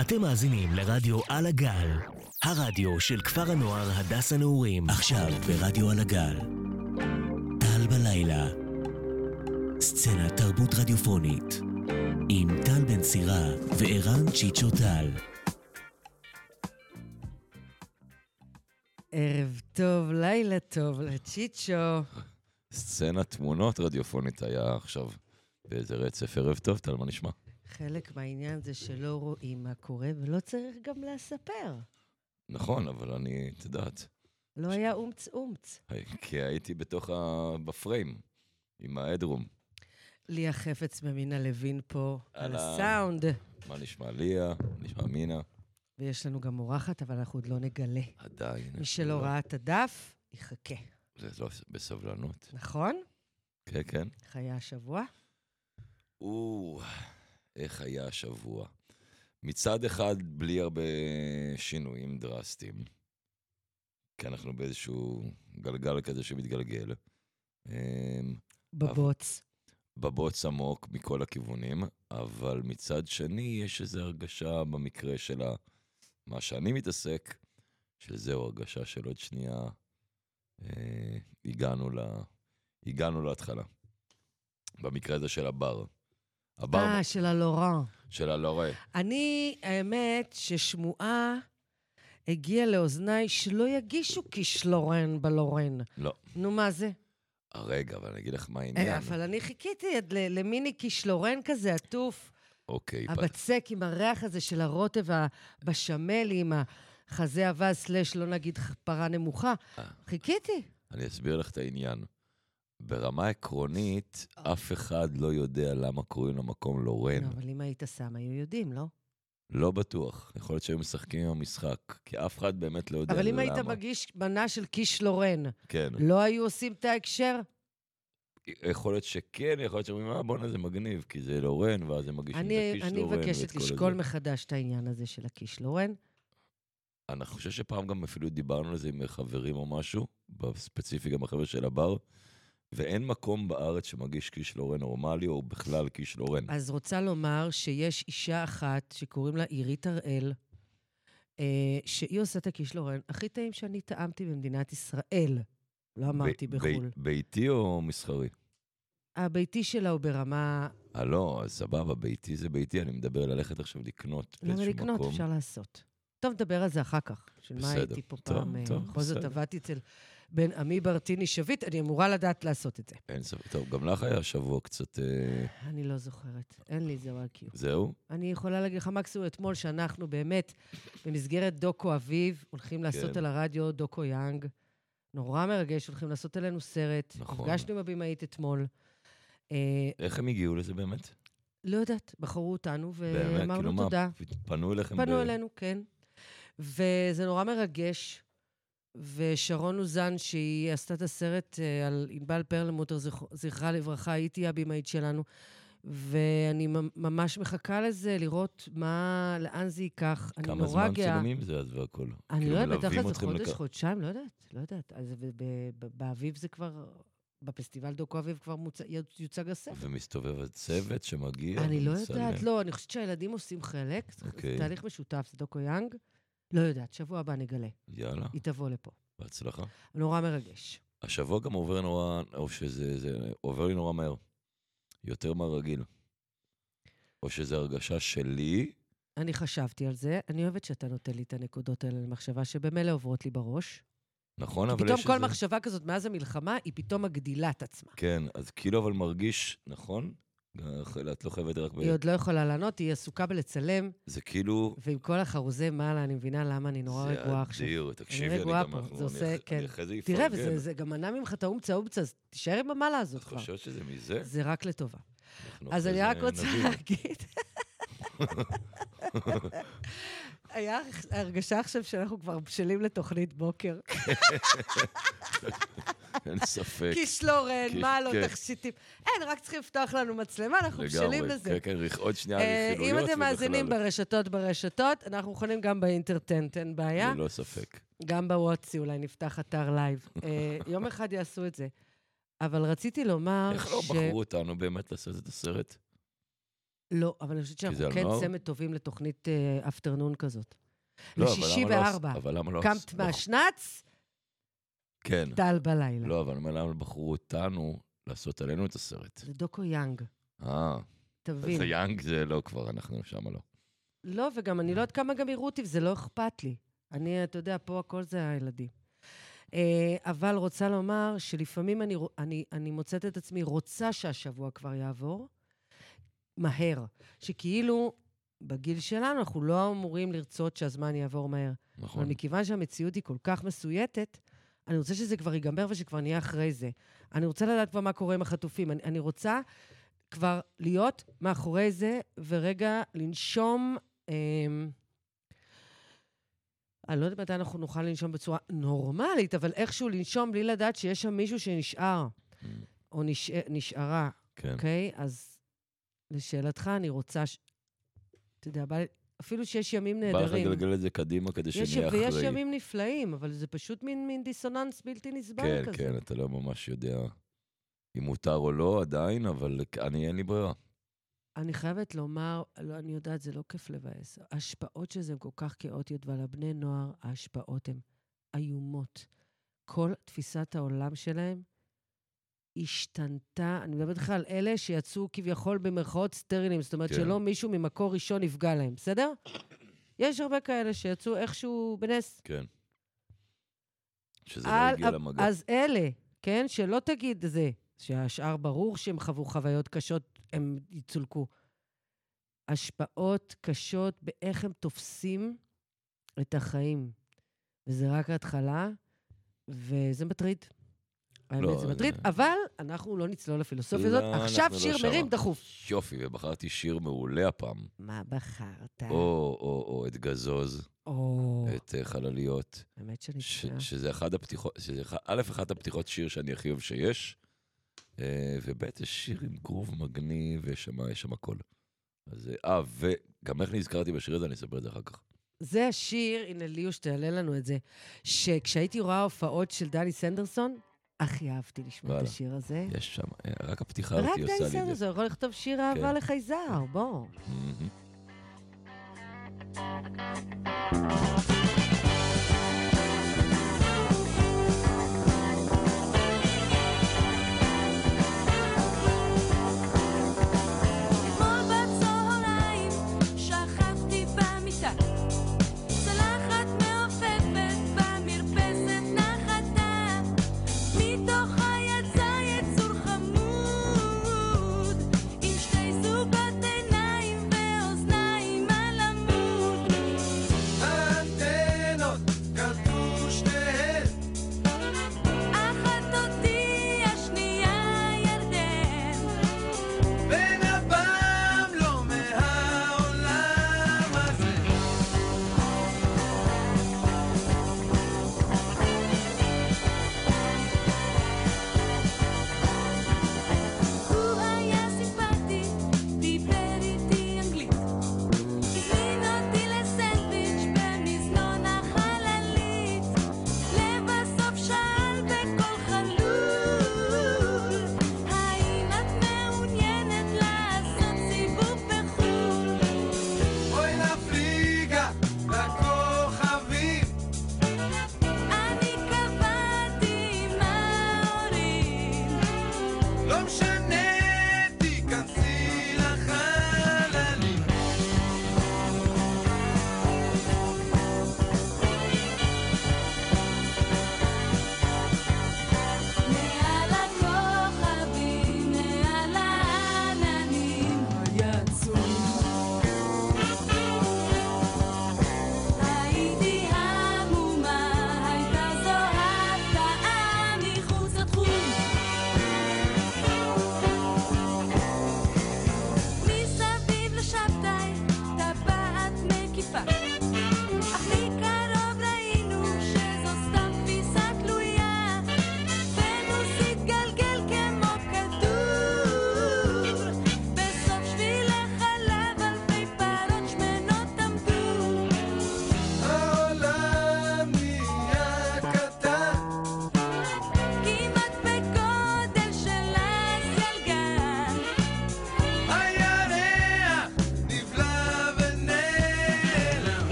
אתם מאזינים לרדיו על הגל, הרדיו של כפר הנוער הדס הנעורים. עכשיו ברדיו על הגל. טל בלילה. סצנת תרבות רדיופונית. עם טל בן סירה וערן צ'יצ'ו טל. ערב טוב, לילה טוב לצ'יצ'ו. סצנת תמונות רדיופונית היה עכשיו באיזה רצף ערב טוב, טל, מה נשמע? חלק מהעניין זה שלא רואים מה קורה ולא צריך גם לספר. נכון, אבל אני, את יודעת, לא היה אומץ אומץ. כי הייתי בתוך ה... בפריים, עם ההדרום. ליה חפץ ממינה לוין פה, על אהלן. הסאונד. מה נשמע ליה? מה נשמע מינה? ויש לנו גם אורחת, אבל אנחנו עוד לא נגלה. עדיין. מי שלא ראה את הדף, יחכה. זה לא בסבלנות. נכון? כן, כן. איך היה השבוע? או, איך היה השבוע. מצד אחד, בלי הרבה שינויים דרסטיים, כי אנחנו באיזשהו גלגל כזה שמתגלגל. אמ, בבוץ. בבוץ עמוק מכל הכיוונים, אבל מצד שני, יש איזו הרגשה במקרה של ה... מה שאני מתעסק, שזהו הרגשה של עוד שנייה, אה, הגענו, ל... הגענו להתחלה. במקרה הזה של הבר. הבר אה, של הלורן. של הלא רואה. אני, האמת ששמועה הגיעה לאוזניי שלא יגישו כישלורן בלורן. לא. נו, מה זה? רגע, אבל אני אגיד לך מה אה, העניין. אבל אני חיכיתי עד ל- למיני קישלורן כזה עטוף, אוקיי, פת... הבצק עם הריח הזה של הרוטב בשמל עם החזה עבה סלש, לא נגיד פרה נמוכה. אה. חיכיתי. אני אסביר לך את העניין. ברמה עקרונית, אף אחד לא יודע למה קוראים למקום לורן. אה. לא, אבל אם היית שם, היו יודעים, לא? לא בטוח. יכול להיות שהיו משחקים עם המשחק, כי אף אחד באמת לא יודע למה. אבל אם היית מגיש מנה של קישלורן, כן. לא היו עושים את ההקשר? יכול להיות שכן, יכול להיות שאומרים, אה, בואנה, זה מגניב, כי זה לורן, ואז הם מגישים את אני הקיש אני לורן. מבקשת ואת כל לשקול הזה. מחדש את העניין הזה של הקישלורן. אני חושב שפעם גם אפילו דיברנו על זה עם חברים או משהו, ספציפי גם החבר'ה של הבר, ואין מקום בארץ שמגיש קיש לורן נורמלי, או בכלל קיש לורן. אז רוצה לומר שיש אישה אחת שקוראים לה עירית הראל, אה, שהיא עושה את הקישלורן הכי טעים שאני טעמתי במדינת ישראל. לא אמרתי ב- בחו"ל. ב- ביתי או מסחרי? הביתי שלה הוא ברמה... אה, לא, אז סבבה, ביתי זה ביתי, אני מדבר על ללכת עכשיו לקנות למה באיזשהו מקום. לקנות? אפשר לעשות. טוב, נדבר על זה אחר כך. של מה בסדר. הייתי פה טוב, פעם, אה, טוב, בכל זאת בסדר. עבדתי אצל בן עמי ברטיני שביט, אני אמורה לדעת לעשות את זה. אין ספק. טוב, גם לך היה שבוע קצת... אה, אני לא זוכרת, אין לי כאילו. זה רק יו. זהו? אני יכולה להגיד לך מקסימום אתמול שאנחנו באמת, במסגרת דוקו אביב, הולכים לעשות כן. על הרדיו דוקו יאנג. נורא מרגש, הולכים לעשות עלינו סרט. נכון. נפגשנו עם הבמאית אתמול. אה, איך הם הגיעו לזה באמת? לא יודעת, בחרו אותנו באמת, כאילו, ואמרנו תודה. פ- פנו אליכם? פנו ב- אלינו, כן. וזה נורא מרגש. ושרון אוזן, שהיא עשתה את הסרט אה, על ענבל פרלמוטר, זכ- זכרה לברכה, היא תהיה הבמאית שלנו. ואני ממ- ממש מחכה לזה, לראות מה, לאן זה ייקח. אני כמה נורא זמן גאה. צילומים זה אז והכל? אני כאילו, לא יודעת, מלווים בדרך כלל זה אתכם חודש, לכ- חודשיים, לא יודעת, לא יודעת. אז ב- ב- ב- באביב זה כבר, בפסטיבל דוקו אביב כבר מוצ- יוצג הסרט. ומסתובב הצוות שמגיע? אני לא ומצלם. יודעת, לא, אני חושבת שהילדים עושים חלק, זה- זה אוקיי. תהליך משותף, זה דוקו יאנג. לא יודעת, שבוע הבא נגלה, יאללה, היא תבוא לפה. בהצלחה. נורא מרגש. השבוע גם עובר נורא, או שזה זה, עובר לי נורא מהר. יותר מהרגיל. או שזו הרגשה שלי, אני חשבתי על זה, אני אוהבת שאתה נותן לי את הנקודות האלה למחשבה שבמילא עוברות לי בראש. נכון? כי אבל פתאום יש כל איזה- מחשבה כזאת מאז המלחמה, היא פתאום מגדילה את עצמה. כן, אז כאילו אבל מרגיש, נכון? את לא חייבת רק ב... היא עוד לא יכולה לענות, היא עסוקה בלצלם, זה כאילו... ועם כל החרוזי מעלה, אני מבינה למה אני נורא רגועה זה עכשיו. אדיר, תקשיבי, אני רגועה גם... פה, אנחנו- זה אני עושה- אח- כן. אני אחרי זה אפרגן. תראה, וזה זה גם מנע ממך את האומצה אומצה, אז תישאר עם המעלה הזאת את כבר. חושבת שזה מזה? זה רק לטובה. אנחנו אז אני אחרי רק אוקיי, זה רוצה נבין. להגיד... היה הרגשה עכשיו שאנחנו כבר בשלים לתוכנית בוקר. כן, אין ספק. כישלורן, כן, מה לא, כן. תכשיטים. אין, רק צריכים לפתוח לנו מצלמה, אנחנו בשלים לגמרי. לזה. כן, כן, רכ- עוד שנייה אה, רכילויות אם אתם מאזינים ובכלל. ברשתות, ברשתות, אנחנו יכולים גם באינטרטנט, אין בעיה. ללא ספק. גם בוואטסי אולי נפתח אתר לייב. אה, יום אחד יעשו את זה. אבל רציתי לומר איך לא ש- בחרו אותנו באמת לעשות את הסרט? לא, אבל אני חושבת כי זה שאנחנו על כן נוער? צמד טובים לתוכנית אה, אפטרנון כזאת. לא, אבל לשישי למה לא עש- בארבע. אבל למה לא... קמת עש- מהשנץ, כן. טל בלילה. לא, אבל למה למה בחרו אותנו לעשות עלינו את הסרט? זה דוקו יאנג, אה, תבין. זה יאנג זה לא כבר, אנחנו שם לא. לא, וגם אני לא יודעת כמה גם יראו אותי, וזה לא אכפת לי. אני, אתה יודע, פה הכל זה הילדים. אה, אבל רוצה לומר שלפעמים אני, רוא- אני, אני מוצאת את עצמי רוצה שהשבוע כבר יעבור, מהר. שכאילו, בגיל שלנו אנחנו לא אמורים לרצות שהזמן יעבור מהר. אבל נכון. מכיוון שהמציאות היא כל כך מסויטת, אני רוצה שזה כבר ייגמר ושכבר נהיה אחרי זה. אני רוצה לדעת כבר מה קורה עם החטופים. אני, אני רוצה כבר להיות מאחורי זה ורגע לנשום... אמ, אני לא יודעת מתי אנחנו נוכל לנשום בצורה נורמלית, אבל איכשהו לנשום בלי לדעת שיש שם מישהו שנשאר, או נשא, נשארה, Mm. כן. אוקיי? אז לשאלתך, אני רוצה... ש... אתה יודע, בא לי... אפילו שיש ימים בא נהדרים. לך לגלגל את זה קדימה כדי יש, שנהיה אחרי. ויש ימים נפלאים, אבל זה פשוט מין, מין דיסוננס בלתי נסבל כן, כזה. כן, אתה לא ממש יודע אם מותר או לא עדיין, אבל אני, אין לי ברירה. אני חייבת לומר, לא, אני יודעת, זה לא כיף לבאס. ההשפעות של זה הן כל כך כאוטיות, ועל הבני נוער ההשפעות הן איומות. כל תפיסת העולם שלהם השתנתה. אני מדברת לך על אלה שיצאו כביכול במרכאות סטרילים, זאת אומרת כן. שלא מישהו ממקור ראשון נפגע להם, בסדר? יש הרבה כאלה שיצאו איכשהו בנס. כן. שזה על- לא הגיע למגע. אז אלה, כן? שלא תגיד זה, שהשאר ברור שהם חוו חוויות קשות, הם יצולקו. השפעות קשות באיך הם תופסים את החיים. וזה רק ההתחלה, וזה מטריד. האמת, לא, זה זה- מטריד, אבל אנחנו לא נצלול לפילוסופיה הזאת. לא, עכשיו אנחנו לא שיר שמה. מרים דחוף. יופי, ובחרתי שיר מעולה הפעם. מה בחרת? או, או, או את גזוז, כן. או, את אה, חלליות, האמת ש- שנשמע. שזה אחד הפתיחות, שזה אחד- א', אחת הפתיחות שיר שאני הכי אוהב שיש, אה, וב', זה שיר עם גרוב מגניב, ויש שם- יש שם הכל. אז, אה, אה, וגם איך נזכרתי בשיר הזה, אני אספר את זה אחר כך. זה השיר, הנה ליוש תעלה לנו את זה, שכשהייתי רואה הופעות של דני סנדרסון, הכי אהבתי לשמוע את וואלה. השיר הזה. יש שם, אה, רק הפתיחה רק אותי דני עושה לי את זה. סנדרסון יכול לכתוב שיר אהבה כן. לחייזר, בוא. מהמם. אתמול בצהריים שכבתי במיטה צלחת מעופפת במרפסת נחתה מתוכה יצא יצור חמוד עם שתי זוגות עיניים ואוזניים על עמוד לא לא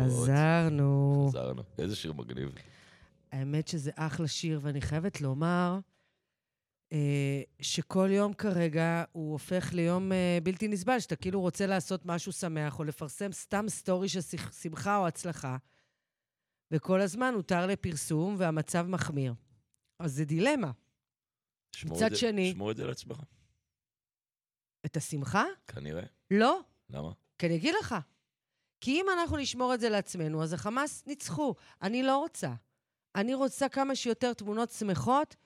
חזרנו. חזרנו. איזה שיר מגניב. האמת שזה אחלה שיר, ואני חייבת לומר אה, שכל יום כרגע הוא הופך ליום אה, בלתי נסבל, שאתה כאילו רוצה לעשות משהו שמח, או לפרסם סתם סטורי של שיח- שמחה או הצלחה, וכל הזמן הותר לפרסום והמצב מחמיר. אז זה דילמה. שמור מצד את זה- שני- שמור את זה לעצמך, את השמחה? כנראה. לא, למה? כי אני אגיד לך. כי אם אנחנו נשמור את זה לעצמנו, אז החמאס ניצחו. אני לא רוצה. אני רוצה כמה שיותר תמונות שמחות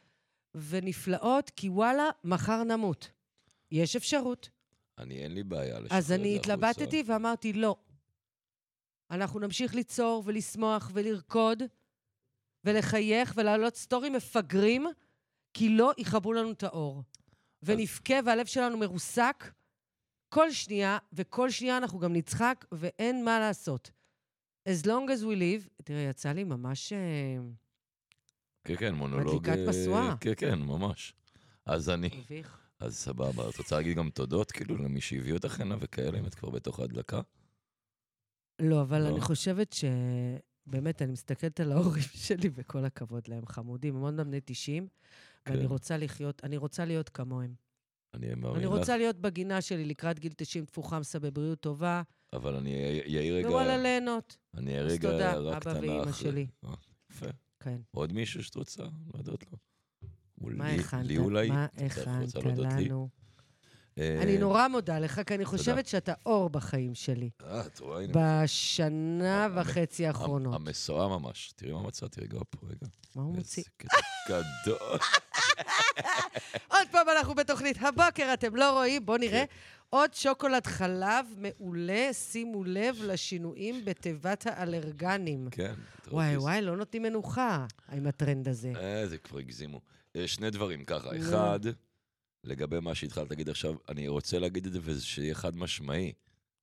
ונפלאות, כי וואלה, מחר נמות. יש אפשרות. אני, אין לי בעיה לשחרר את אז זה אני החוצה. התלבטתי ואמרתי, לא. אנחנו נמשיך ליצור ולשמוח ולרקוד ולחייך ולהעלות סטורים מפגרים, כי לא יכבו לנו את האור. ונבכה והלב שלנו מרוסק כל שנייה, וכל שנייה אנחנו גם נצחק, ואין מה לעשות. As long as we live, תראה, יצא לי ממש... אה, כן, כן, מונולוג... מדליקת אה, משואה. כן, כן, ממש. אז אני... מביך. אז סבבה, את רוצה להגיד גם תודות, כאילו, למי שהביא אותך הנה וכאלה, אם את כבר בתוך ההדלקה? לא, אבל לא? אני חושבת ש... באמת, אני מסתכלת על ההורים שלי, וכל הכבוד להם, חמודים. הם עוד מעט בני 90, ואני כן. אוקיי, רוצה לחיות, אני רוצה להיות כמוהם. אני מאמין אני לך. רוצה להיות בגינה שלי לקראת גיל 90, תפוחמסה בבריאות טובה, אבל אני אעיר רגע... ווואלה, ליהנות. אני אעיר לא. אז רגע תודה, הערה אבא קטנה ואימא אחרי. שלי. אה, יפה. כן. עוד מישהו שאת רוצה להודות לו? אולי- מה הכנת? לי אולי? מה את רוצה- את הכנת רוצה להודות לי? לנו? אה, אני נורא מודה לך, כי אני חושבת שאתה אור בחיים שלי. אה, את רואה, הנה. בשנה המ- וחצי המ- האחרונות. המסורה ממש. תראי מה מצאתי רגע פה, רגע. מה הוא איזה מוציא? קטע גדול. עוד פעם אנחנו בתוכנית הבוקר, אתם לא רואים, בואו נראה. כן. עוד שוקולד חלב מעולה, שימו לב לשינויים בתיבת האלרגנים. כן. וואי טרופיס. וואי, לא נותנים מנוחה עם הטרנד הזה. אה, זה כבר הגזימו. אה, שני דברים ככה. נו. אחד, לגבי מה שהתחלת להגיד עכשיו, אני רוצה להגיד את זה וזה שיהיה חד משמעי.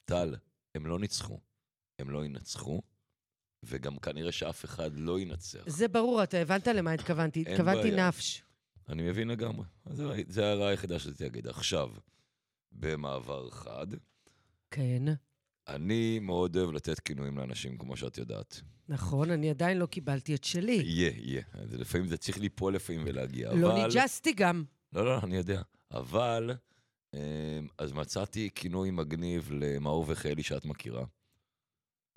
טל, הם לא ניצחו. הם לא ינצחו, וגם כנראה שאף אחד לא ינצח. זה ברור, אתה הבנת למה התכוונתי. אין התכוונתי בעיה. נפש. אני מבין לגמרי. אז זה- זה ההערה היחידה שרציתי להגיד. עכשיו, במעבר חד, כן, אני מאוד אוהב לתת כינויים לאנשים, כמו שאת יודעת. נכון, אני עדיין לא קיבלתי את שלי. יהיה, יהיה. אז לפעמים זה צריך ליפול לפעמים ולהגיע, אבל... לא ניג'סתי גם. לא, לא, אני יודע. אבל, אמ, אז מצאתי כינוי מגניב למאור וחלי שאת מכירה.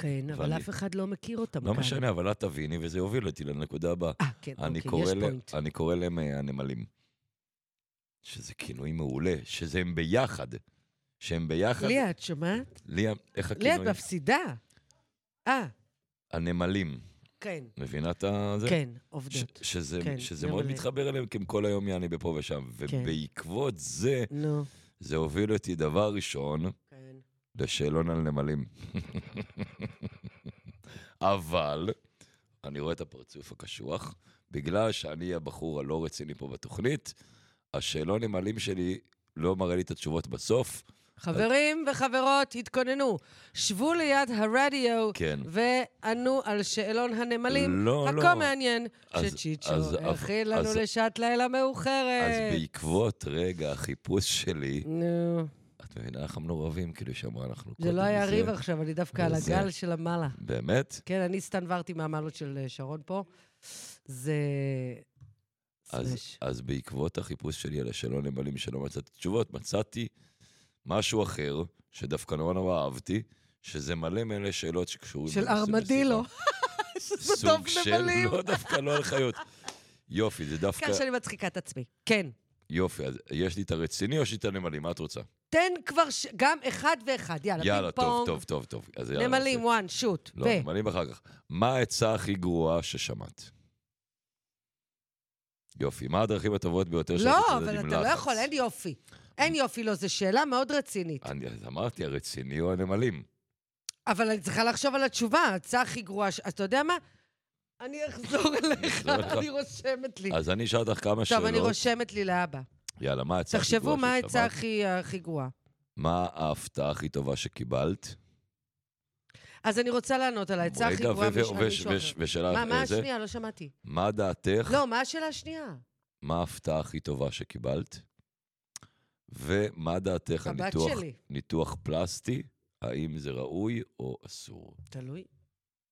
כן, אבל ואני- אף אחד לא מכיר אותם לא כאן. משנה, אבל את תביני, וזה יוביל אותי לנקודה הבאה. אה, כן, אני אוקיי, קורא יש ל- פוינט. אני קורא להם אה, הנמלים. שזה כינוי מעולה, שזה הם ביחד. שהם ביחד. ליה, את שומעת? ליה, איך ליה, את הכינוי? מפסידה. אה, הנמלים. כן, מבינה את זה? כן, ש- עובדות. שזה, כן, שזה מאוד נמלים. מתחבר אליהם, כי הם כל היום יעני בפה ושם. ובעקבות זה, נו, זה הוביל אותי דבר ראשון, כן. לשאלון על נמלים. אבל, אני רואה את הפרצוף הקשוח, בגלל שאני הבחור הלא רציני פה בתוכנית, השאלון נמלים שלי לא מראה לי את התשובות בסוף. חברים וחברות, התכוננו. שבו ליד הרדיו כן. וענו על שאלון הנמלים. לא, לא. הכה מעניין אז- שצ'יצ'ו אז- הכין אז- לנו לשעת לילה מאוחרת. אז בעקבות רגע החיפוש שלי, נו. את מבינה איך אנחנו רבים, כאילו שאמרה אנחנו זה לא היה ריב עכשיו, אני דווקא על וזה- הגל של המעלה. באמת? כן, אני הסתנוורתי מהמעלות של אה, שרון פה. זה... אז, סלאש. אז בעקבות החיפוש שלי על השאלון נמלים שלא מצאתי תשובות, מצאתי משהו אחר, שדווקא נורא נורא אהבתי, שזה מלא מאלה שאלות שקשורים... של לנושא ארמדילו. בשיחה. שזה טוב סוג נמלים. של, לא דווקא לא על חיות. יופי, זה דווקא... ככה כן, שאני מצחיקה את עצמי. כן. יופי, אז יש לי את הרציני או יש לי את הנמלים? מה את רוצה? תן כבר ש- גם אחד ואחד. יאללה, יאללה, פינג טוב, פונג. טוב, טוב, טוב. אז יאללה, נמלים, נעשה- וואן, שוט. לא, נמלים אחר כך. מה העצה הכי גרועה ששמעת? יופי, מה הדרכים הטובות ביותר שאת לא, מתמודדת אבל עם אתה לא לחץ? יכול, אין יופי. אין יופי, לא, זו שאלה מאוד רצינית. אני אז אמרתי, הרציני או הנמלים? אבל אני צריכה לחשוב על התשובה, ההצעה הכי גרועה. ש- אז אתה יודע מה? אני אחזור אליך, אחזור אליך. אני רושמת לי. אז אני אשאל אותך כמה טוב, שאלות. אני רושמת לי לאבא. יאללה, מה העצה הכי תחשבו גרועה מה העצה ששמעת? הכי הכי גרועה. מה ההפתעה הכי טובה שקיבלת? אז אני רוצה לענות על העצה הכי רגע, גרועה ו- ו- משל ו- מישהו ו- אחר. ושאלה... מה, מה אה, זה, השנייה? לא שמעתי. מה דעתך? לא, מה השאלה השנייה? מה ההפתעה הכי טובה שקיבלת? ומה דעתך על הבת ניתוח- שלי. ניתוח פלסטי? האם זה ראוי או אסור? תלוי.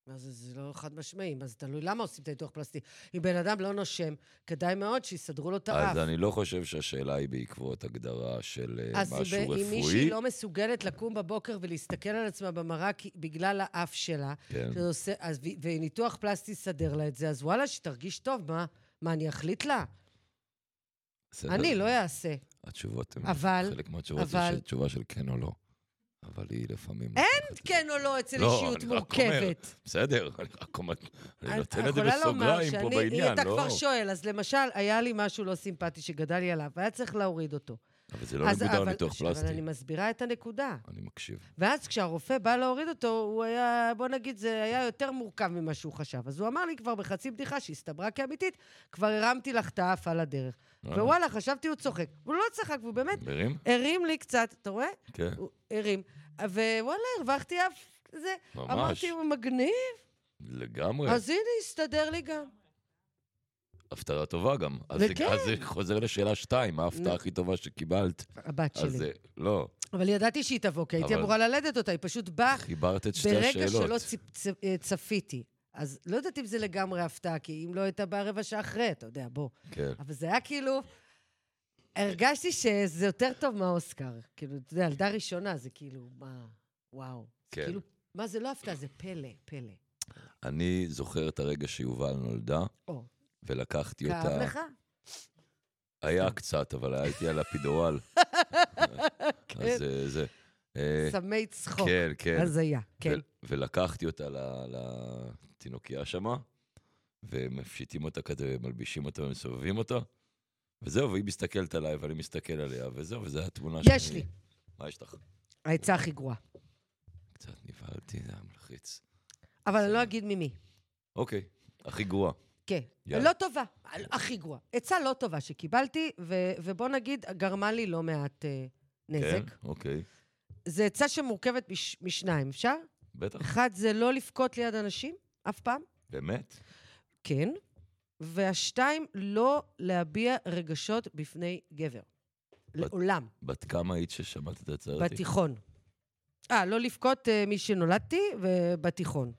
אז זה- זה לא חד משמעי, אז תלוי למה עושים את הניתוח פלסטי. אם בן אדם לא נושם, כדאי מאוד שיסדרו לו את האף. אז אני לא חושב שהשאלה היא בעקבות הגדרה של אה, אז משהו אם- אם רפואי. מישהי לא מסוגלת לקום בבוקר ולהסתכל על עצמה במראה כי- בגלל האף שלה, כן. שזה עושה, אז, ו- וניתוח פלסטי יסדר לה את זה, אז וואלה, שתרגיש טוב, מה? מה, אני אחליט לה? בסדר. אני לא אעשה. התשובות הן... אבל- חלק מהתשובות אבל- זה של- תשובה של כן או לא. אבל היא לפעמים... אין כן או לא אצל לא, אישיות אני רק מורכבת. בסדר, אני רק אומר... אני אני- נותן את זה יכולה לומר בסוגריים פה שאני- בעניין, אתה לא? כבר שואל, אז למשל, היה לי משהו לא סימפטי שגדל לי עליו, והיה צריך להוריד אותו. אבל זה לא אז- מגודר אבל- ניתוח אבל אני פלסטי. מסבירה את הנקודה. אני מקשיב. ואז כשהרופא בא להוריד אותו, הוא היה, בוא נגיד, זה היה יותר מורכב ממה שהוא חשב. אז הוא אמר לי כבר בחצי בדיחה שהסתברה כאמיתית, כבר הרמתי לך את האף על הדרך. אה. ווואלה, חשבתי הוא צוחק. הוא לא צחק, והוא באמת מרים? הרים לי קצת, אתה רואה? כן, הוא הרים. ווואלה, הרווחתי אף... זה, ממש. אוקיי. אמרתי, הוא מגניב, לגמרי. אז הנה, הסתדר לי גם. הפתעה טובה גם. אז זה- וכן. אז זה חוזר לשאלה שתיים, מה ההפתעה נו. הכי טובה שקיבלת? הבת אז שלי. זה- לא, אבל ידעתי שהיא תבוא, כי הייתי אבל- אמורה ללדת אותה, היא פשוט באה חיברת את שתי ברגע השאלות. שלא ציפ- צ- אה, צפיתי. אז לא יודעת אם זה לגמרי הפתעה, כי אם לא הייתה באה רבע שעה אחרי, אתה יודע, בוא. כן. אבל זה היה כאילו... הרגשתי שזה יותר טוב מהאוסקר. כאילו, אתה יודע, ילדה ראשונה, זה כאילו, מה... וואו. זה כן. כאילו, מה, זה לא הפתעה, זה פלא, פלא. אני זוכר את הרגע שיובל נולדה, או, ולקחתי אותה... כאב לך? היה קצת, אבל הייתי על הפידורל. אז אה, זה... אה, כן, סמי צחוק. כן, כן. הזיה, כן. ו- ולקחתי אותה ל- לתינוקייה שמה, ומפשיטים אותה כזה, מלבישים אותה ומסובבים אותה, וזהו, והיא מסתכלת עליי ואני מסתכל עליה, וזהו, וזו התמונה יש לי. מה יש לך? העצה הכי גרועה. קצת נבהלתי, זה היה מלחיץ. אבל אני לא אגיד ממי. אוקיי, הכי גרוע. כן. יאללה. כן. לא טובה, הכי גרועה. עצה לא טובה שקיבלתי, ו- ובוא נגיד, גרמה לי לא מעט אה, נזק. כן, אוקיי. זו עצה שמורכבת מש- משניים, אפשר? בטח, אחד, זה לא לבכות ליד אנשים, אף פעם, באמת? כן. והשתיים, לא להביע רגשות בפני גבר. לעולם, בת כמה היית ששמעת את הצהרתי? בתיכון. אה, לא לבכות אה, מי שנולדתי, ובתיכון.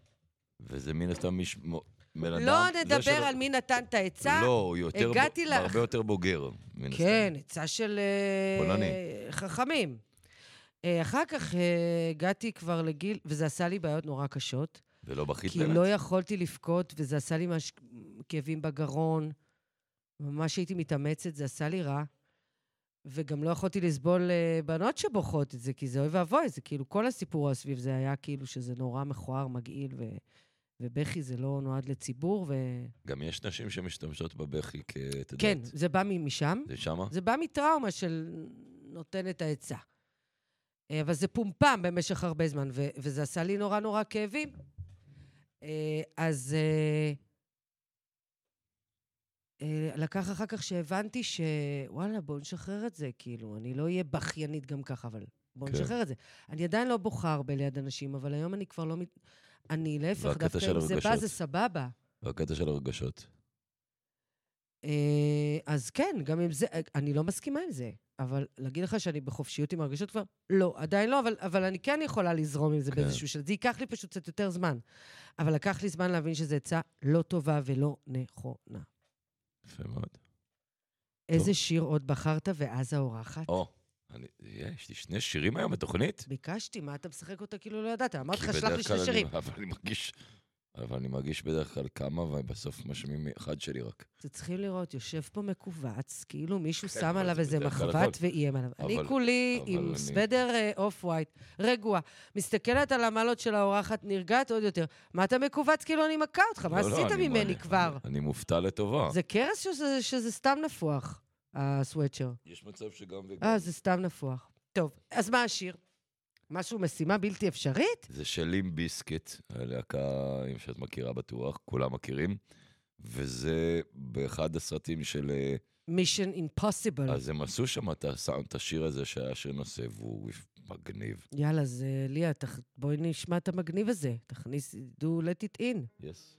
וזה מן הסתם מיש... מו- בן אדם... לא זה נדבר שלא- על מי נתן את העצה. לא, הוא יותר... הגעתי בו- לה- הרבה יותר בוגר, מן הסתם. כן, עצה של אה, פולני. חכמים. אה, אחר כך אה, הגעתי כבר לגיל, וזה עשה לי בעיות נורא קשות, ולא בכית כי באמת? לא יכולתי לבכות, וזה עשה לי ממש כאבים בגרון. ממש הייתי מתאמצת, זה עשה לי רע. וגם לא יכולתי לסבול אה, בנות שבוכות את זה, כי זה אוי ואבוי, זה כאילו, כל הסיפור סביב זה היה כאילו שזה נורא מכוער, מגעיל, ו... ובכי זה לא נועד לציבור, ו... גם יש נשים שמשתמשות בבכי כ... את יודעת, כן, זה בא מ- משם. זה שמה? זה בא מטראומה של נותן את העצה. אה, אבל זה פומפם במשך הרבה זמן, ו- וזה עשה לי נורא נורא כאבים. אה, אז אה, אה, לקח אחר כך שהבנתי שוואלה, בואו נשחרר את זה, כאילו, אני לא אהיה בכיינית גם ככה, אבל בואו כן. נשחרר את זה. אני עדיין לא בוכה הרבה ליד אנשים, אבל היום אני כבר לא... מת... אני להפך, והקטע דווקא של אם זה בא הרגשות. זה סבבה. והקטע של הרגשות. אה, אז כן, גם עם זה, אני לא מסכימה עם זה, אבל להגיד לך שאני בחופשיות עם הרגשות כבר? לא, עדיין לא, אבל, אבל אני כן יכולה לזרום עם זה כן. באיזשהו שלב. זה ייקח לי פשוט קצת יותר זמן. אבל לקח לי זמן להבין שזו עצה לא טובה ולא נכונה. יפה מאוד. איזה שיר עוד בחרת ואז האורחת? או, אני- אה, יש לי שני שירים היום בתוכנית. ביקשתי, מה אתה משחק אותה כאילו לא ידעת? אמרתי כי לך, שלח לי בדרך כלל שני אני- שירים. אבל אני מרגיש... אבל אני מרגיש בדרך כלל כמה, ובסוף משמיעים אחד שלי רק. אתם צריכים לראות, יושב פה מכווץ, כאילו מישהו כן, שם אבל עליו זה איזה בדרך כלל הכל. מחבת ואיים עליו. אני אבל- כולי אבל עם אני- סוודר אה, אוף ווייט, רגוע. מסתכלת על המעלות של האורחת, נרגעת עוד יותר. מה אתה מכווץ כאילו אני מכה אותך? מה לא, לא, עשית אני- ממני אני- כבר? אני אה. מופתע לטובה. זה קרס שזה- שזה סתם נפוח, הסוואצ'ר? יש מצב שגם וגם. אה, זה סתם נפוח. טוב, אז מה השיר? משהו, משימה בלתי אפשרית? זה של לים ביסקט, הלהקה, אם שאת מכירה בטוח, כולם מכירים. וזה באחד הסרטים של... אה, מישן אימפוסיבל. אז הם עשו שם את הסאונד, את השיר הזה שהיה שיר נושא, והוא מגניב. יאללה, אז אה, ליה, תח- בואי נשמע את המגניב הזה. תכניס, do let it in. יס.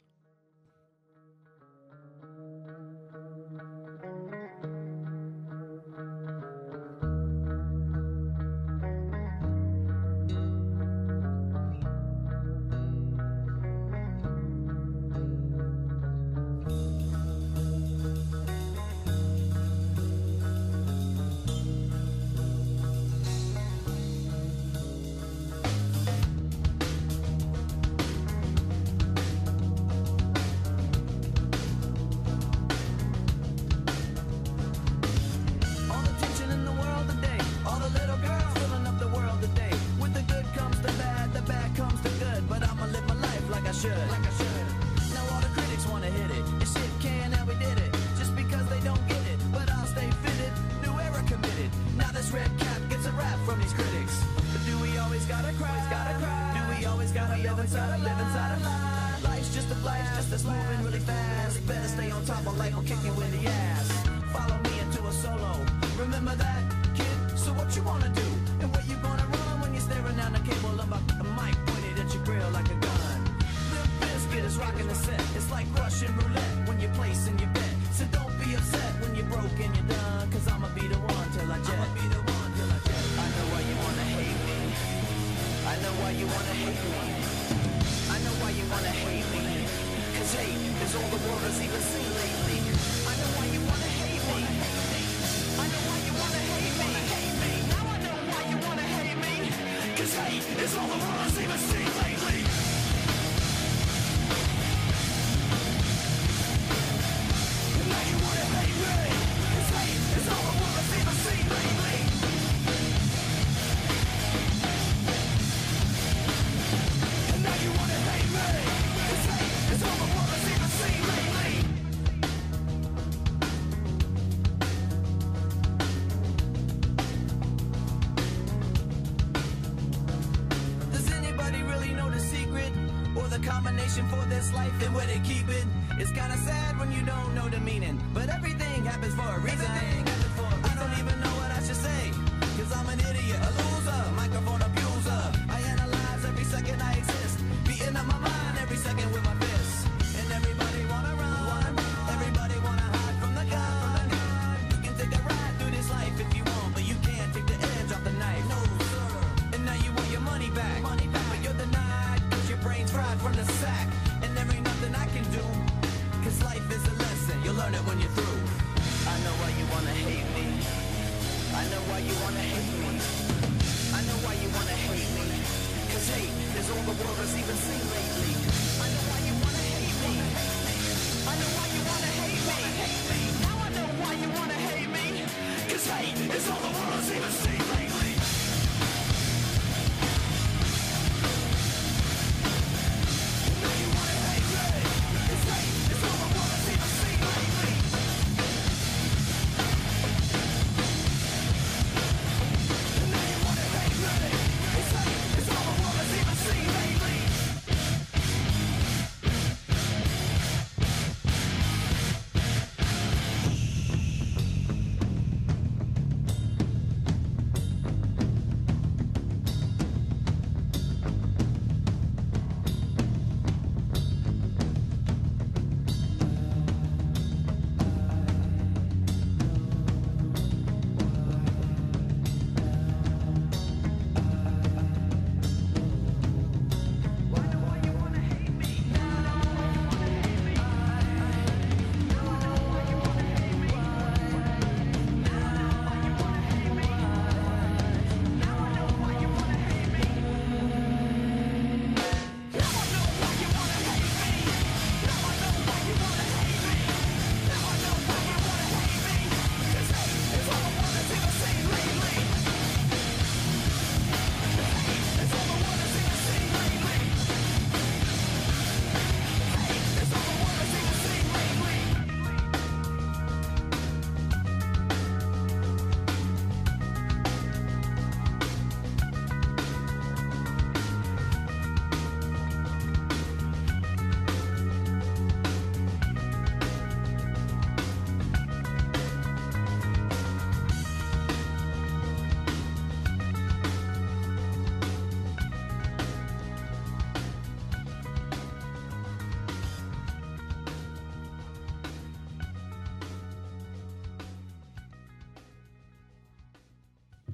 should, like I should. Now all the critics wanna hit it. It's shit can and we did it. Just because they don't get it, but I'll stay fitted. New era committed. Now this red cap gets a rap from these critics. But do we always gotta cry? Gotta cry. Do we always gotta live inside a live inside a lie? Life's just a flash, just that's moving really fast. Better stay on top of life, will kick you in the ass. Follow me into a solo. Remember that, kid. So what you wanna do? And where you gonna run when you're staring down the cable of a a mic pointed at your grill like a gun? Limp Bizkit is rocking the set. It's like Russian roulette when you're placing your bet. So don't be upset when you're broke and you're done. Cause I'ma be the one till I jet. I'ma be the one till I jet. I know why you wanna hate me. I know why you wanna hate me. I know why you wanna hate me. Cause hate is all the world has even seen lately. I know why you wanna hate me. I know why you wanna hate me. Now I know why you wanna hate me. Cause hate is all the world has even seen lately. And now you wanna hate me. Cause hate is all the world has even seen lately. And now you wanna hate me. Cause hate is all the world has even seen lately. Does anybody really know the secret or the combination for this life and where they keep it? It's kind of sad when you don't know the meaning, but everything happens for a reason. I don't even know what I should say, cause I'm an idiot, a loser, microphone abuser. I analyze every second I exist, beating up my mind every second with my fists. And everybody wanna run, everybody wanna hide from the gun. You can take a ride through this life if you want, but you can't take the edge off the knife. No, sir. And now you want your money back. Money back. But you're denied, cause your brain's fried from the sack. And there ain't nothing I can do. Cause life is a lesson. You'll learn it when you're through. I know why you wanna hate me. I know why you wanna hate me. I know why you wanna hate me. Cause hate is all the world has even seen lately. I know why you wanna hate me. I know why you wanna hate me. Now I know why you wanna hate me. Cause hate is all the world has even seen lately.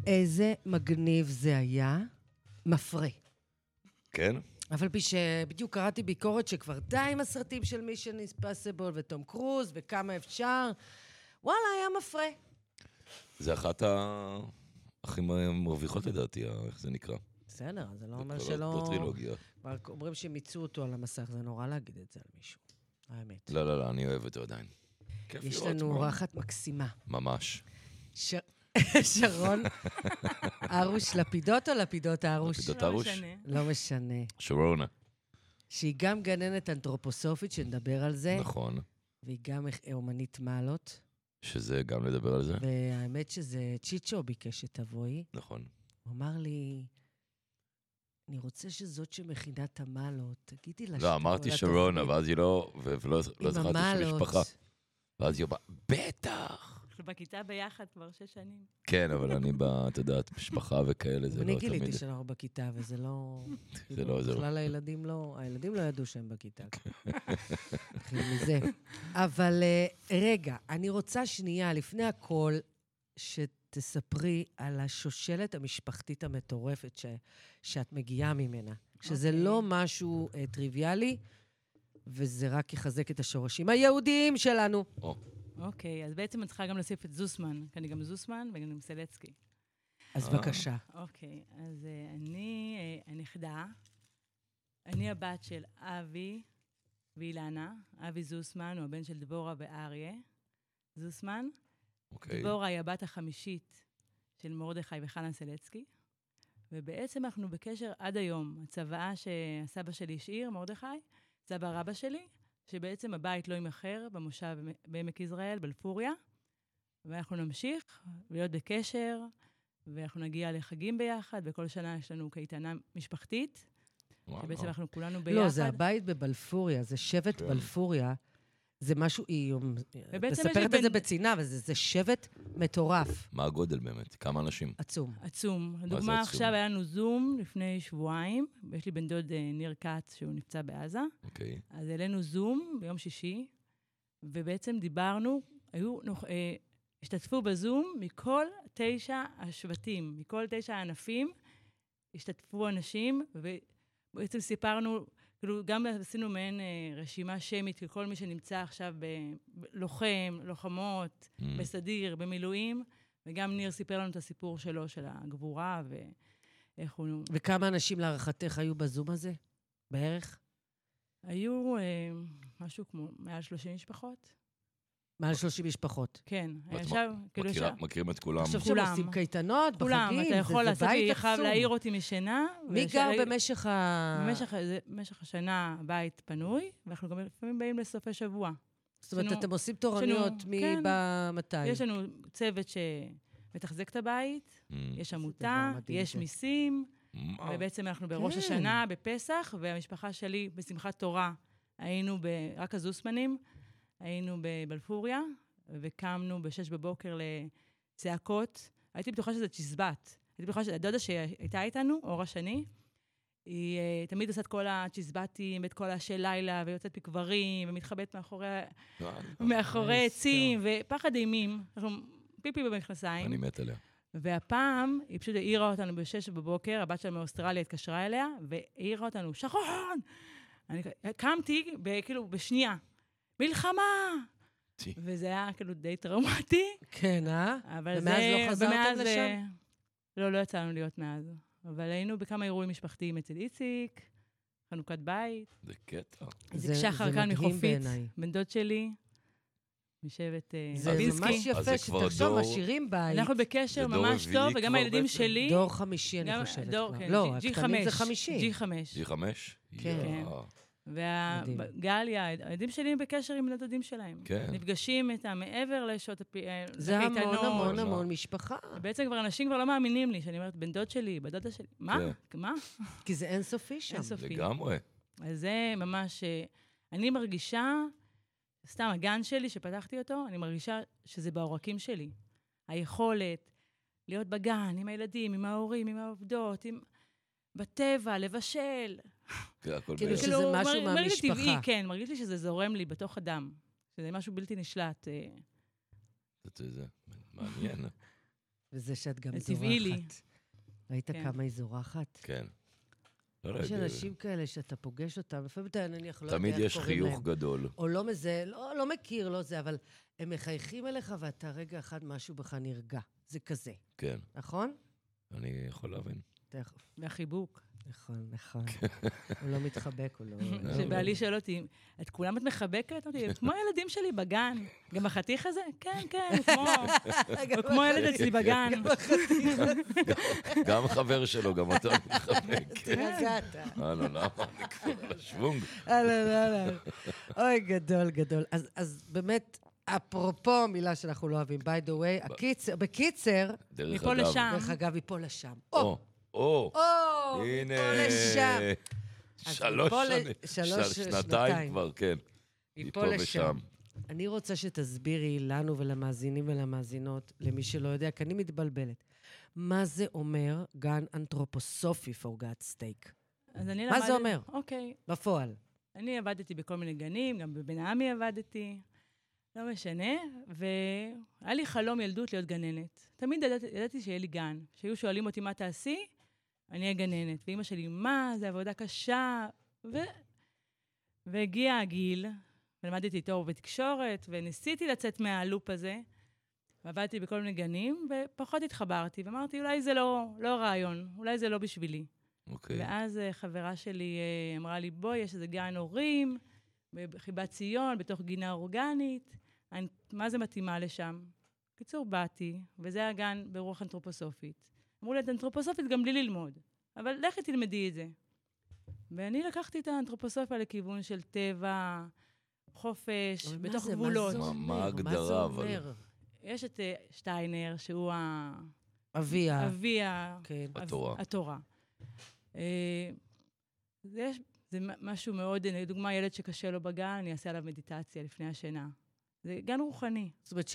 איזה מגניב זה היה. מפרה. כן? אף על פי שבדיוק קראתי ביקורת שכבר די עם הסרטים של מישן אינספסיבול וטום קרוז וכמה אפשר. וואלה, היה מפרה. זה אחת ה... הכי מרוויחות לדעתי, ה- איך זה נקרא? בסדר, זה לא זה אומר כבר לא- שלא... לא טרילוגיה. כבר אומרים שמיצו אותו על המסך, זה נורא להגיד את זה על מישהו. האמת. לא, לא, לא, אני אוהב אותו עדיין. כיף יש לראות, לנו מה? אורחת מקסימה. ממש. ש- שרון ארוש לפידות או לפידות ארוש? לפידות ארוש? לא משנה. שרונה. שהיא גם גננת אנתרופוסופית, שנדבר על זה, נכון, והיא גם אומנית מעלות. שזה, גם לדבר על זה. והאמת שזה צ'יצ'ו ביקש שתבואי. נכון. הוא אמר לי, אני רוצה שזאת שמכינה את המעלות, תגידי לה לא, אמרתי לתוכנית." שרונה, ואז היא לא, ולא לא עם זכרתי המעלות. שמשפחה. ואז היא אומרת, בטח! אנחנו בכיתה ביחד כבר שש שנים. כן, אבל אני, ב- את יודעת, משפחה וכאלה, זה גם אני לא גיליתי תמיד... שאנחנו בכיתה, וזה לא... זה לא עוזר. בכלל הילדים לא... הילדים לא ידעו שהם בכיתה. נתחיל מזה. אבל אה, רגע, אני רוצה שנייה, לפני הכל, שתספרי על השושלת המשפחתית המטורפת ש... שאת מגיעה ממנה. שזה אוקיי. לא משהו אה, טריוויאלי, וזה רק יחזק את השורשים היהודיים שלנו. אוקיי, אז בעצם אני צריכה גם להוסיף את זוסמן, כי אני גם זוסמן וגם סלצקי. אז אה. בבקשה. אוקיי, אז אה, אני אה, הנכדה, אני הבת של אבי ואילנה, אבי זוסמן הוא הבן של דבורה ואריה זוסמן. אוקיי. דבורה היא הבת החמישית של מרדכי וחנה סלצקי, ובעצם אנחנו בקשר עד היום. הצוואה שהסבא שלי השאיר, מרדכי, סבא רבא שלי, שבעצם הבית לא יימכר במושב בעמק יזרעאל, בלפוריה, ואנחנו נמשיך להיות בקשר, ואנחנו נגיע לחגים ביחד, וכל שנה יש לנו קייטנה משפחתית, וואו. שבעצם אנחנו כולנו ביחד. לא, זה הבית בבלפוריה, זה שבט כן. בלפוריה. זה משהו, היא יש לי מספרת את בן- זה בצנעה, אבל זה- זה שבט מטורף, מה הגודל באמת? כמה אנשים? עצום. עצום. עצום? הדוגמה עכשיו היה לנו זום לפני שבועיים, ויש לי בן דוד אה, ניר כץ, שהוא נפצע בעזה. אה, אוקיי. אז העלינו זום ביום שישי, ובעצם דיברנו, היו, נוכ- אה, השתתפו בזום מכל תשע השבטים, מכל תשע הענפים, השתתפו אנשים, ובעצם סיפרנו, כאילו גם עשינו מעין אה, רשימה שמית, כי כל מי שנמצא עכשיו ב- ב- לוחם, לוחמות, Mm, בסדיר, במילואים, וגם ניר סיפר לנו את הסיפור שלו, של הגבורה, ואיך הוא... וכמה אנשים להערכתך היו בזום הזה? בערך? היו אה, משהו כמו מעל 30 משפחות. מעל 30 משפחות. כן, ואת עכשיו, כאילו מכירה- שם, מכירים את כולם? עכשיו כולם. שעושים קייטנות, כולם, בחגים, אתה יכול זה- זה לעשות לי, בית חייב עצום. להעיר אותי משינה. מי ויש- גר היו- במשך ה... במשך, זה- במשך השנה הבית פנוי, ואנחנו גם לפעמים באים לסופי שבוע. זאת אומרת, שנו- אתם עושים תורנויות שנו- כן. מבמתי. יש לנו צוות שמתחזק את הבית, Mm, יש אה, דבר עמותה, מדהים יש זה. מיסים, מה? ובעצם אנחנו בראש כן. השנה, בפסח, והמשפחה שלי בשמחת תורה היינו, ב, רק הזוסמנים, היינו בבלפוריה, וקמנו ב-6 בבוקר לצעקות. הייתי בטוחה שזה צ'יזבט. הייתי בטוחה שהדודה שהייתה איתנו, אור השני, היא אה, תמיד עושה את כל הצ'יזבטים, ואת כל השל לילה, ויוצאת מקברים, ומתחבאת מאחורי, אה, מאחורי איזה עצים, ופחד אימים. אנחנו פיפי במכנסיים. אני מת עליה. והפעם היא פשוט העירה אותנו בשש בבוקר, הבת שלה מאוסטרליה התקשרה אליה, והעירה אותנו, שרון! אני כ- קמתי, ב- כאילו, בשנייה, מלחמה! צי. וזה היה כאילו די טראומטי, כן, אה? אבל זה... ומאז לא חזרתם ומאז, לשם? אה, לא, לא יצאנו להיות מאז. אבל היינו בכמה אירועים משפחתיים אצל איציק, חנוכת בית, זה קטע. איציק שחר כאן מדהים מחופית, בעיניי. בן דוד שלי, משבט אה, זה אז- ממש בינסקי. אז זה יפה, כבר שתחשוב, דור- עשירים בית. אנחנו זה בקשר דור ממש רביעי טוב, וגם כבר הילדים בעצם. שלי... דור חמישי, אני גם חושבת. דור, כבר. כן, לא, G- G5. הקטנים זה חמישי. G5. G5? כן. יאה. מדהים. וגליה, הילדים שלי הם בקשר עם הדודים שלהם. כן. נפגשים איתם מעבר לשעות אה, הקייטנות. זה המון המון לא. המון משפחה. בעצם כבר אנשים כבר לא מאמינים לי, שאני אומרת, בן דוד שלי, בת דודה שלי. מה? כן. מה? כי זה אינסופי שם. אינסופי. לגמרי. אז זה ממש... אה, אני מרגישה, סתם, הגן שלי, שפתחתי אותו, אני מרגישה שזה בעורקים שלי. היכולת להיות בגן, עם הילדים, עם ההורים, עם העובדות, עם... בטבע, לבשל. זה הכל כאילו ביחד. שזה משהו מרג- מרגיש לי מהמשפחה. טבעי, כן, מרגיש לי שזה זורם לי בתוך הדם. שזה משהו בלתי נשלט. אה, זה- זה מעניין. וזה שאת גם זה טבעי לי. זורחת. ראית כן. כמה היא זורחת? כן. לא יש יודע, אנשים כאלה שאתה פוגש אותם, לפעמים אתה נניח לא יודע תמיד איך יש קוראים להם. חיוך גדול. או לא מזה, לא, לא מכיר, לא זה, אבל הם מחייכים אליך ואתה רגע אחד משהו בך נרגע. זה כזה, כן, נכון? אני יכול להבין. אתה יכול- והחיבוק. נכון, נכון. הוא לא מתחבק, הוא לא... שבעלי שואל אותי, את כולם את מחבקת? אמרתי, "הם כמו הילדים שלי בגן. גם החתיך הזה? כן, כן, הוא כמו- הוא כמו ילד אצלי בגן. כן. גם חבר שלו, גם אתה מתחבק. התרגעת. אהלן, אה, לא, למה? אני כבר על השוונג. אהלן, אהלן. אוי, גדול, גדול. אז- אז באמת, אפרופו מילה שאנחנו לא אוהבים, by the way, הקיצר, בקיצר, דרך מפה אגב. לשם. דרך אגב, מפה לשם. אה. או, או, או, או, הנה. מפה לשם. אז שלוש מפה ל- שנים. שלוש, של- שנתיים. שנתיים כבר, כן. מפה לשם. אני רוצה שתסבירי לנו ולמאזינים ולמאזינות, למי שלא יודע, כי אני מתבלבלת. מה זה אומר גן אנתרופוסופי for God's sake? אז אני מה למדתי... זה אומר? אוקיי. בפועל. אני עבדתי בכל מיני גנים, גם בבן עמי עבדתי, לא משנה, והיה לי חלום ילדות להיות גננת. תמיד ידעתי, ידעתי שיהיה לי גן. כשהיו שואלים אותי מה תעשי, אני אהיה גננת. ואימא שלי, מה, זו עבודה קשה. ו... והגיע הגיל, ולמדתי תואר בתקשורת, וניסיתי לצאת מהלופ הזה, ועבדתי בכל מיני גנים, ופחות התחברתי, ואמרתי, אולי זה לא, לא רעיון, אולי זה לא בשבילי. אוקיי. ואז אה, חברה שלי אה, אמרה לי, בואי, יש איזה גן הורים, בחיבת ציון, בתוך גינה אורגנית, אני- מה זה מתאימה לשם? קיצור, באתי, וזה היה גן ברוח אנתרופוסופית. אמרו לי, את אנתרופוסופית גם בלי ללמוד, אבל לכי תלמדי את זה. ואני לקחתי את האנתרופוסופיה לכיוון של טבע, חופש, אבל מה בתוך זה, מה גבולות. זה מה- מה אומר? מה זה ההגדרה, אבל? אומר? יש את אה, שטיינר, שהוא ה- אביה. אבי ה... כן. הב- התורה. התורה. אה, זה, יש- זה מ- משהו מאוד, אה, לדוגמה, ילד שקשה לו בגן, אני אעשה עליו מדיטציה לפני השינה. זה גן רוחני. זאת אומרת